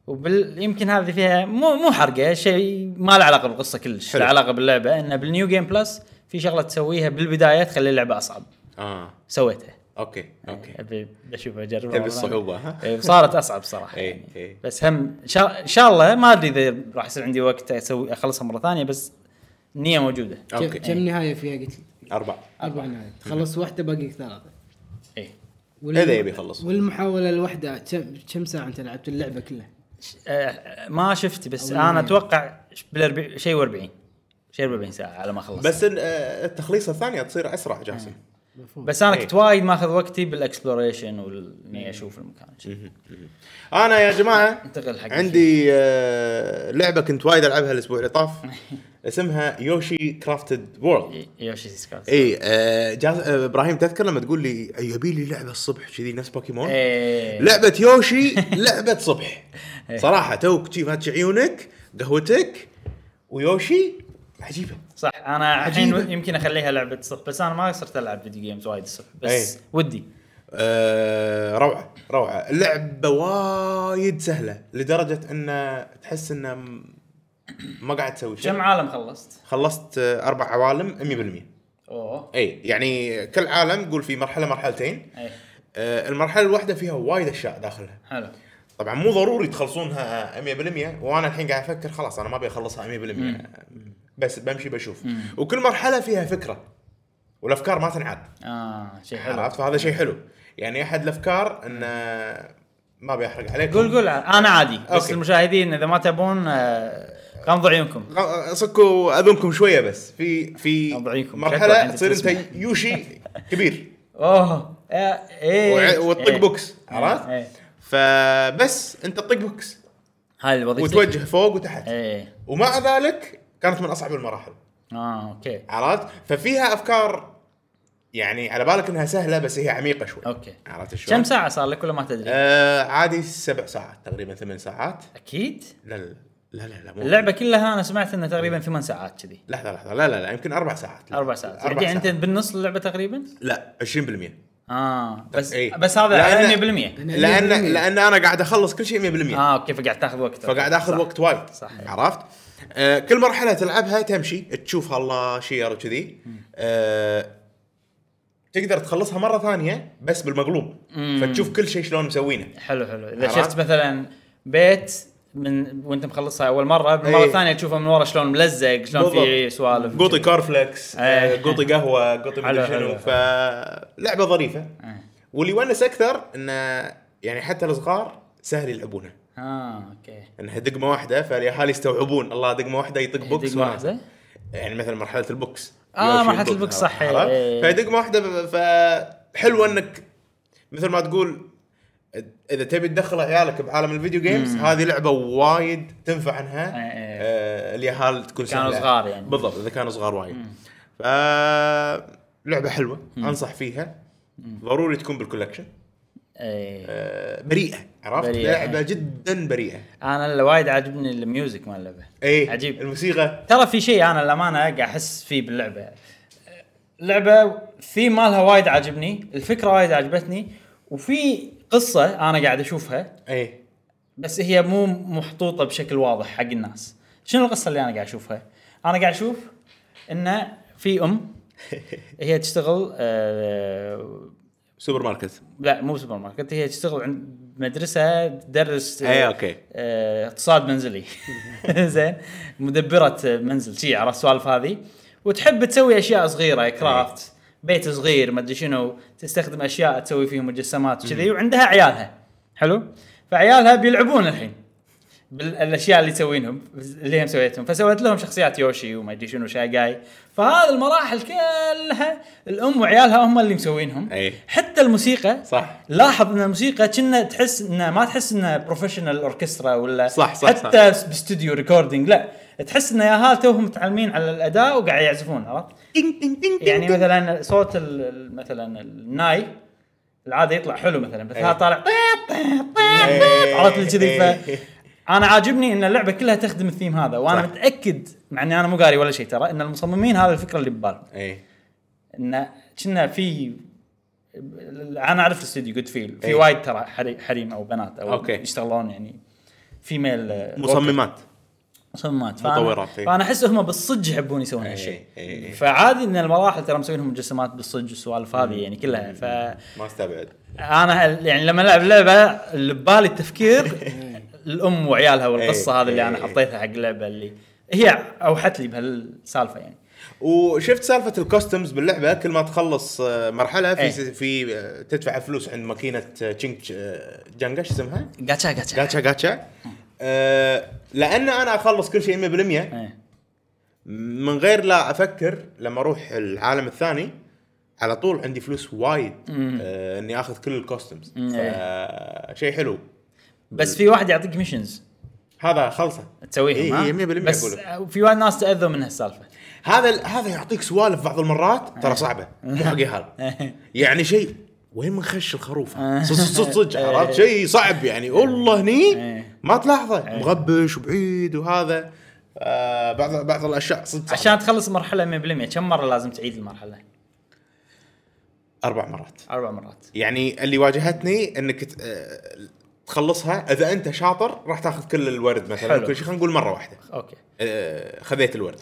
S1: وبال يمكن هذه فيها مو مو حرقه شيء ما له علاقه بالقصه كلش
S3: حلو.
S1: له علاقه باللعبه انه بالنيو جيم بلس في شغله تسويها بالبدايه تخلي اللعبه اصعب
S3: اه
S1: سويتها
S3: اوكي اوكي
S1: ابي بشوف اجربها
S3: تبي
S1: مرة ثانية.
S3: الصعوبه ها
S1: إيه، صارت اصعب صراحه
S3: إيه،
S1: يعني.
S3: إيه.
S1: بس هم إن شاء- ان شاء الله ما ادري اذا راح يصير عندي وقت اسوي اخلصها مره ثانيه بس النيه موجوده
S2: كم- كم
S3: اوكي
S2: نهايه فيها قلت لي؟
S3: اربعه
S2: اربع نهايات خلص واحده باقي ثلاثه
S1: اي
S2: وال-
S3: إذا يبي يخلص.
S2: والمحاوله الواحده كم كم ساعه انت لعبت اللعبه كلها؟
S1: أه، ما شفت بس
S2: أول
S1: انا
S2: نهاية.
S1: اتوقع بالأربع- شيء و40 شيء و40 ساعه على ما خلصت بس
S3: بس إن- آه، التخليصه الثانيه تصير اسرع جاسم
S2: مفهوم
S1: بس انا
S3: إيه.
S1: كنت وايد ماخذ وقتي بالاكسبلوريشن واني اشوف المكان
S3: انا يا جماعه
S1: انتقل حق
S3: عندي آه، لعبه كنت وايد العبها الاسبوع اللي طاف اسمها يوشي كرافتد وورلد
S1: ي- يوشي سكارز
S3: اي آه، جاز- آه، ابراهيم تذكر لما تقول لي "أي، يبي لي لعبه الصبح كذي نفس بوكيمون
S1: إيه.
S3: لعبة يوشي لعبة صبح صراحة توك شي فاتش عيونك قهوتك ويوشي عجيبة
S1: صح انا الحين
S3: عجيبة.
S1: يمكن اخليها لعبه الصبح بس انا ما صرت العب فيديو جيمز وايد الصبح بس
S3: إيه.
S1: ودي
S3: آه روعة روعة اللعبة وايد سهلة لدرجة ان تحس انه م- ما قاعد تسوي
S1: كم
S3: شيء
S1: عالم خلصت؟
S3: خلصت آه، اربع عوالم 100%
S1: اوه
S3: اي يعني كل عالم قول في مرحلة مرحلتين
S1: اي
S3: آه المرحلة الواحدة فيها وايد اشياء داخلها
S1: إيه، حلو
S3: طبعا مو ضروري تخلصونها 100% وانا الحين قاعد افكر خلاص انا ما ابي اخلصها 100% بس بمشي بشوف وكل مرحله فيها فكره والافكار ما تنعاد
S1: اه شيء حلو
S3: عرفت فهذا شيء حلو يعني احد الافكار انه ما ابي احرق عليكم
S1: قول قول انا عادي بس
S3: أوكي.
S1: المشاهدين اذا ما تبون آه، غمضوا عيونكم
S3: غ- صكوا اذنكم شويه بس في في
S1: أضعيكم. شكله
S3: مرحله
S1: عندك
S3: تصير
S1: تسمع.
S3: انت يوشي كبير
S1: اوه آه،
S3: وع-
S1: ايه
S3: وتطق
S1: إيه.
S3: بوكس عرفت
S1: إيه.
S3: فبس انت تطق بوكس
S1: هاي الوظيفه
S3: وتوجه فوق وتحت
S1: ايه
S3: ومع ذلك كانت من اصعب المراحل
S1: اه اوكي
S3: عرفت؟ ففيها افكار يعني على بالك انها سهله بس هي عميقه شوي
S1: اوكي
S3: عرفت شلون؟
S1: كم ساعه صار لك ولا ما تدري؟
S3: آه عادي سبع ساعات تقريبا ثمان ساعات
S1: اكيد
S3: لا لا لا لا لا مو
S1: اللعبه كلها انا سمعت انها تقريبا ثمان ساعات كذي
S3: لحظه لحظه لا لا لا يمكن اربع ساعات لا.
S1: اربع ساعات
S3: اربع
S1: يعني
S3: ساعات
S1: انت بالنص اللعبه تقريبا؟
S3: لا 20%
S1: اه بس
S3: إيه.
S1: بس هذا
S3: لأن-
S1: على 100%
S2: أنا
S3: لان
S2: 100%.
S3: لان انا قاعد اخلص كل شيء 100%
S1: اه اوكي فقاعد تاخذ وقت
S3: فقاعد اخذ
S1: صح.
S3: وقت وايد
S1: صحيح.
S3: عرفت؟ آه كل مرحله تلعبها تمشي تشوف الله شير وكذي آه تقدر تخلصها مره ثانيه بس بالمقلوب فتشوف كل شيء شلون مسوينه
S1: حلو حلو اذا
S3: عرفت؟
S1: شفت مثلا بيت من وانت مخلصها اول مره مره
S3: إيه.
S1: ثانيه تشوفه من ورا شلون ملزق شلون في
S3: بالضبط.
S1: سوالف
S3: قوطي كورفلكس آه،
S1: إيه.
S3: قوطي قهوه قوطي
S1: حلو،
S3: مدري شنو
S1: حلو.
S3: فلعبه ظريفه
S1: إيه.
S3: واللي ونس اكثر انه يعني حتى الصغار سهل يلعبونها
S1: اه اوكي
S3: انها دقمه واحده فالاهالي يستوعبون الله دقمه واحده يطق بوكس
S1: إيه، دقمة واحده
S3: يعني مثلا مرحله البوكس
S1: آه،
S3: يوشي
S1: مرحلة
S3: يطق،
S1: البوكس، صح،
S3: عرفت؟
S1: إيه.
S3: فدقمه واحده ب- فحلوه انك مثل ما تقول اذا تبي تدخل عيالك بعالم الفيديو جيمز هذه لعبه وايد تنفع عنها
S1: إيه، إيه.
S3: آه، اليهال تكون
S1: كانوا
S3: سهلة.
S1: صغار يعني.
S3: بالضبط اذا كانوا صغار وايد ف لعبه حلوه انصح فيها ضروري تكون بالكولكشن
S1: ايه
S3: آه، بريئه عرفت
S1: بريئة. إيه.
S3: لعبه جدا بريئه
S1: انا اللي وايد عاجبني الميوزك مال اللعبه
S3: ايه
S1: عجيب
S3: الموسيقى
S1: ترى في شيء انا للامانه قاعد احس فيه باللعبه اللعبه الثيم مالها وايد عاجبني الفكره وايد عجبتني وفي قصه انا قاعد اشوفها
S3: اي
S1: بس هي مو محطوطه بشكل واضح حق الناس شنو القصه اللي انا قاعد اشوفها انا قاعد اشوف انه في ام هي تشتغل آه
S3: سوبر ماركت
S1: لا مو سوبر ماركت هي تشتغل عند مدرسه تدرس
S3: إيه، أوكي.
S1: آه، اقتصاد منزلي زين مدبره منزل شي عرفت السوالف هذه وتحب تسوي اشياء
S3: إيه.
S1: صغيره كرافت بيت صغير ما ادري شنو تستخدم اشياء تسوي فيهم مجسمات كذي وعندها عيالها حلو فعيالها بيلعبون الحين بالاشياء اللي تسوينهم اللي هم سويتهم فسويت لهم شخصيات يوشي وما ادري شنو شاقاي فهذه المراحل كلها الام وعيالها هم اللي مسوينهم
S3: إيه.
S1: حتى الموسيقى
S3: صح
S1: لاحظ ان الموسيقى كنا تحس انه ما تحس انه بروفيشنال اوركسترا ولا
S3: صح، صح،
S1: حتى صح. باستوديو ريكوردينج لا تحس ان يا هال توهم متعلمين على الاداء وقاعد يعزفون عرفت؟ يعني مثلا صوت ال- ال- مثلا الناي العاده يطلع حلو مثلا بس
S3: إيه.
S1: هذا طالع طيب، عرفت اللي كذي ف انا عاجبني ان اللعبه كلها تخدم الثيم هذا وانا
S3: إيه. صح.
S1: متاكد مع اني انا مو قاري ولا شيء ترى ان المصممين هذا الفكره اللي ببالهم
S3: اي
S1: انه كنا في انا اعرف الاستوديو جود فيل في
S3: إيه.
S1: وايد ترى حري- حريم او بنات او
S3: أوكي.
S1: يشتغلون يعني فيميل
S3: مصممات
S1: مصممات فأنا-
S3: مطورات، إيه.
S1: فانا احس هم بالصدق يحبون يسوون هالشيء
S3: اي
S1: فعادي ان المراحل ترى مسوين لهم مجسمات بالصدق والسوالف هذه يعني كلها ف
S3: ما استبعد
S1: انا هل- يعني لما العب لعبه اللي ببالي التفكير الام وعيالها والقصه
S3: إيه،
S1: هذه اللي انا
S3: إيه، إيه.
S1: حطيتها حق اللعبه اللي هي اوحت لي بهالسالفه يعني
S3: وشفت سالفه الكوستمز باللعبه كل ما تخلص آه، مرحله في
S1: إيه.
S3: س- في آه، تدفع فلوس عند آه، ماكينه تشينج جانجا شو اسمها؟
S1: جاتشا جاتشا
S3: جاتشا جاتشا آه، لان انا اخلص كل شيء 100%
S1: إيه.
S3: من غير لا افكر لما اروح العالم الثاني على طول عندي فلوس وايد آه اني اخذ كل الكوستمز
S1: مم. إيه.
S3: شيء حلو
S1: بس في واحد يعطيك ميشنز
S3: هذا خلصه
S1: تسويهم
S3: إيه،
S1: ها؟
S3: إيه، 100%
S1: بس
S3: أقوله.
S1: في وايد ناس تاذوا من هالسالفه
S3: هذا ال- هذا يعطيك سوالف بعض المرات ترى صعبه مو حق هال يعني شيء وين من خش الخروف
S1: إيه.
S3: صدق صدق صدق عرفت شيء صعب يعني والله هني
S1: إيه.
S3: ما تلاحظه مغبش وبعيد وهذا آه بعض بعض الاشياء صدق صعبة.
S1: عشان تخلص مرحله 100% كم مره لازم تعيد المرحله؟
S3: اربع مرات
S1: اربع مرات
S3: يعني اللي واجهتني انك ت- آه، تخلصها اذا انت شاطر راح تاخذ كل الورد مثلا
S1: حلو.
S3: كل شيء خلينا نقول مره واحده
S1: اوكي
S3: آه، خذيت الورد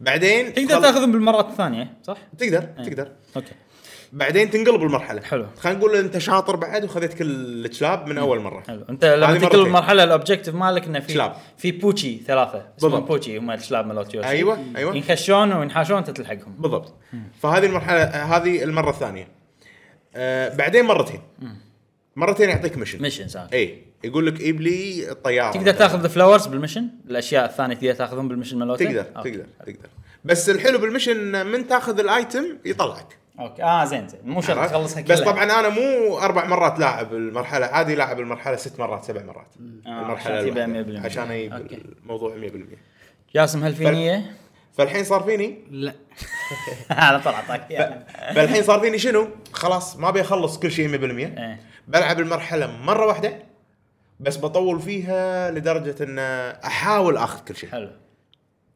S3: بعدين
S1: تقدر
S3: خل-
S1: تاخذهم بالمرات الثانيه صح؟
S3: تقدر تقدر
S1: اوكي
S3: بعدين تنقلب المرحله
S1: حلو.
S3: خلينا نقول انت شاطر بعد وخذيت كل الكلاب من اول مره
S1: حلو انت لما
S3: هذه
S1: تكل
S3: مرتين.
S1: المرحله الاوبجيكتيف مالك انه في
S3: كلاب.
S1: في بوتشي ثلاثه اسمهم
S3: بالضبط.
S1: بوتشي هم الكلاب مالت يوشي
S3: ايوه
S1: إيه.
S3: ايوه
S1: ينخشون وينحاشون انت تلحقهم
S3: بالضبط فهذه المرحله آه، هذه المره الثانيه آه بعدين مرتين مرتين يعطيك مشن
S1: ميشنز هذه
S3: اي يقول لك جيب لي الطياره
S1: تقدر تاخذ الفلاورز بالمشن الاشياء الثانيه تقدر تاخذهم بالمشن مالته
S3: تقدر
S1: أوكي.
S3: تقدر تقدر بس الحلو بالمشن إن من تاخذ الايتم يطلعك
S1: اوكي اه زين زين مو شرط
S3: عرفت؟
S1: تخلصها كلها
S3: بس طبعا انا مو اربع مرات لاعب المرحله عادي لاعب المرحله ست مرات سبع مرات المرحله
S1: آه، عشان تجيبها
S3: الواحدة.
S1: 100%.
S3: عشان اجيب
S1: أوكي.
S3: الموضوع 100%
S1: جاسم هل في
S3: فل-
S1: نيه؟
S3: فالحين صار فيني
S2: لا
S1: على طول اعطاك اياها
S3: فالحين صار فيني شنو؟ خلاص ما ابي اخلص كل شيء 100%
S1: إيه.
S3: بلعب المرحله مره واحده بس بطول فيها لدرجه ان احاول اخذ كل شيء
S1: حلو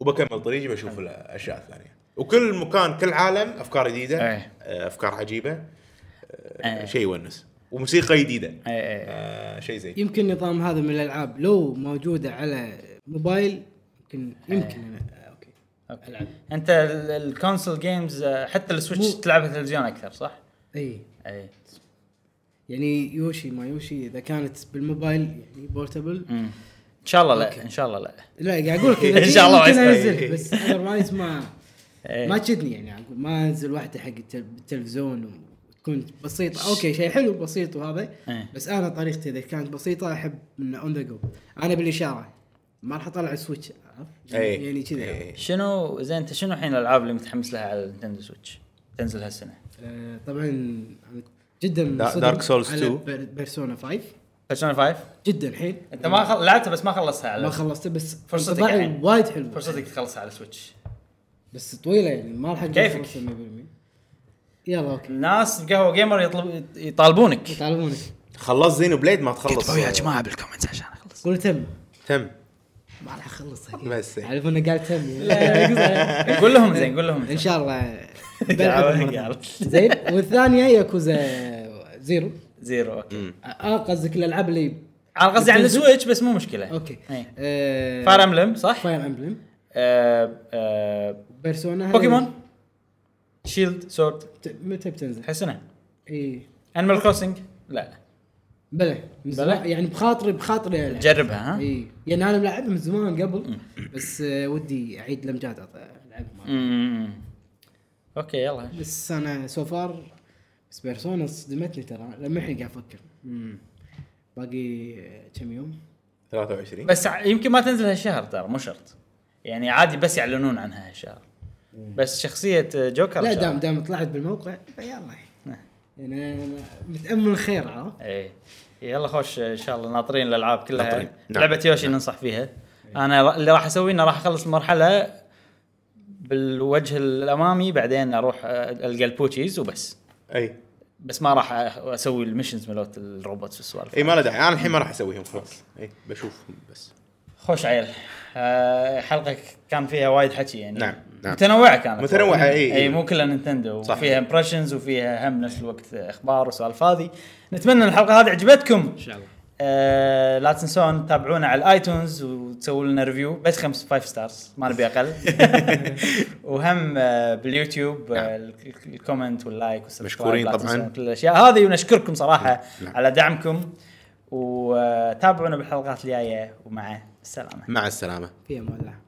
S3: وبكمل طريقي بشوف الاشياء الثانيه وكل مكان كل عالم افكار جديده
S1: إيه.
S3: آه، افكار عجيبه آه،
S1: إيه.
S3: شيء يونس وموسيقى جديده
S1: اي اي
S3: آه، شيء زي
S2: يمكن نظام هذا من الالعاب لو موجوده على موبايل يمكن
S1: إيه.
S2: يمكن أنا آه، اوكي
S1: أوكي.
S2: العب
S1: انت ال- الكونسول جيمز آه، حتى السويتش
S2: مو-
S1: تلعبها تلفزيون اكثر صح؟
S2: اي
S1: اي
S2: إيه. يعني يوشي ما يوشي اذا كانت بالموبايل يعني بورتبل
S1: مم. ان شاء الله لا ان شاء الله لا
S2: لا قاعد اقول لك
S1: إن شاء الله ما
S2: يمكن
S1: يصير.
S2: انزل بس اذروايز ما
S1: إيه.
S2: ما تشدني يعني اقول ما انزل واحده حق التل- التلفزيون وتكون بسيطه اوكي شيء حلو بسيط وهذا
S1: إيه.
S2: بس انا طريقتي اذا كانت بسيطه احب انه اون ذا جو انا بالاشاره ما راح اطلع سويتش عرفت؟
S3: إيه.
S2: يعني كذا
S3: إيه.
S1: شنو زين انت شنو الحين الالعاب اللي متحمس لها على نينتندو سويتش؟ تنزل هالسنه
S2: آه، طبعا أنا جدا
S3: دا-
S2: منصدم
S3: دارك سولز
S2: على
S3: 2.
S2: بير- بيرسونا 5
S1: بيرسونا 5
S2: جدا حيل
S1: انت ما خل... لعبتها بس ما خلصتها على
S2: ما خلصته بس
S1: فرصتك
S2: انطباعي
S1: يعني.
S2: وايد حلو
S1: فرصتك تخلصها على سويتش
S2: بس طويله يعني ما راح اقدر
S1: كيفك.
S2: اخلصها 100% يلا اوكي
S1: الناس بقهوه جيمر يطلب يطالبونك
S2: يطالبونك
S3: خلص زينو بليد ما تخلص
S1: اكتبوا يا جماعه بالكومنتس عشان اخلص
S2: قول تم
S3: تم
S2: ما راح اخلصها
S3: بس. إيه.
S2: اعرف انه قاعد تهمني
S1: قول لهم زين قول لهم
S2: ان
S1: زين.
S2: شاء الله
S1: قاعد-
S2: بلعب مرة
S1: قاعد.
S2: ثانية. زين والثانيه ياكوزا زيرو
S1: زيرو اوكي
S2: اه قصدك الالعاب اللي
S1: على قصدي عن
S2: بتنزل؟
S1: السويتش بس مو مشكله
S2: اوكي
S1: إيه.
S2: آه،
S1: فاير امبلم صح؟
S2: فاير امبلم
S1: آه، آه،
S2: بيرسونا هذه-
S1: بوكيمون شيلد سورد
S2: ت- متى بتنزل؟ إيه.
S1: حسنا
S2: اي
S1: انيمال كروسنج لا
S2: بلى من زمان- يعني بخاطري بخاطري العب
S1: جربها ها؟
S2: اي يعني انا ملعبها من زمان قبل بس آه، ودي اعيد الامجاد أط- العبها مرة.
S1: مم. اوكي يلا
S2: بس انا سو فار بس بيرسونا صدمتني ترى لما الحين قاعد افكر مم. باقي آه، كم يوم
S3: 23
S1: بس ع- يمكن ما تنزل هالشهر ترى مو شرط يعني عادي بس يعلنون عنها هالشهر بس شخصية جوكر
S2: لا
S1: إن شاء الله.
S2: دام
S1: نعم.
S2: دام طلعت بالموقع فيلا يعني أنا متامل خير عرفت؟
S1: ايه يلا خوش ان شاء الله ناطرين الالعاب كلها
S3: ناطرين.
S1: نعم.
S3: نعم.
S1: لعبة يوشي ننصح فيها انا را- اللي راح اسويه انه راح اخلص المرحلة بالوجه الامامي بعدين اروح أ- القى البوتشيز وبس
S3: اي
S1: بس ما راح أ- اسوي المشنز مالت الروبوتس والسوالف
S3: اي إيه، ما له داعي انا الحين ما راح اسويهم خلاص اي بشوفهم بس
S1: خوش عيل آه، حلقة كان فيها وايد حكي يعني
S3: نعم، نعم.
S1: متنوعة كانت
S3: متنوعة، إي، إي.
S1: اي مو كلها نينتندو
S3: صح.
S1: صح. وفيها امبرشنز وفيها هم نفس الوقت اخبار وسوالف هذه نتمنى إن الحلقة هذه عجبتكم
S2: ان شاء الله
S1: آه لا تنسون تتابعونا على الايتونز وتسووا لنا ريفيو بس خمس فايف ستارز ما نبي اقل وهم آه باليوتيوب
S3: نعم.
S1: آه ال- ال- الكومنت واللايك والسبسكرايب
S3: مشكورين
S1: لا
S3: طبعاً.
S1: تنسون كل الاشياء هذه ونشكركم صراحه
S3: نعم.
S1: على دعمكم وتابعونا بالحلقات الجايه ومع السلامه
S3: مع السلامه
S2: في امان الله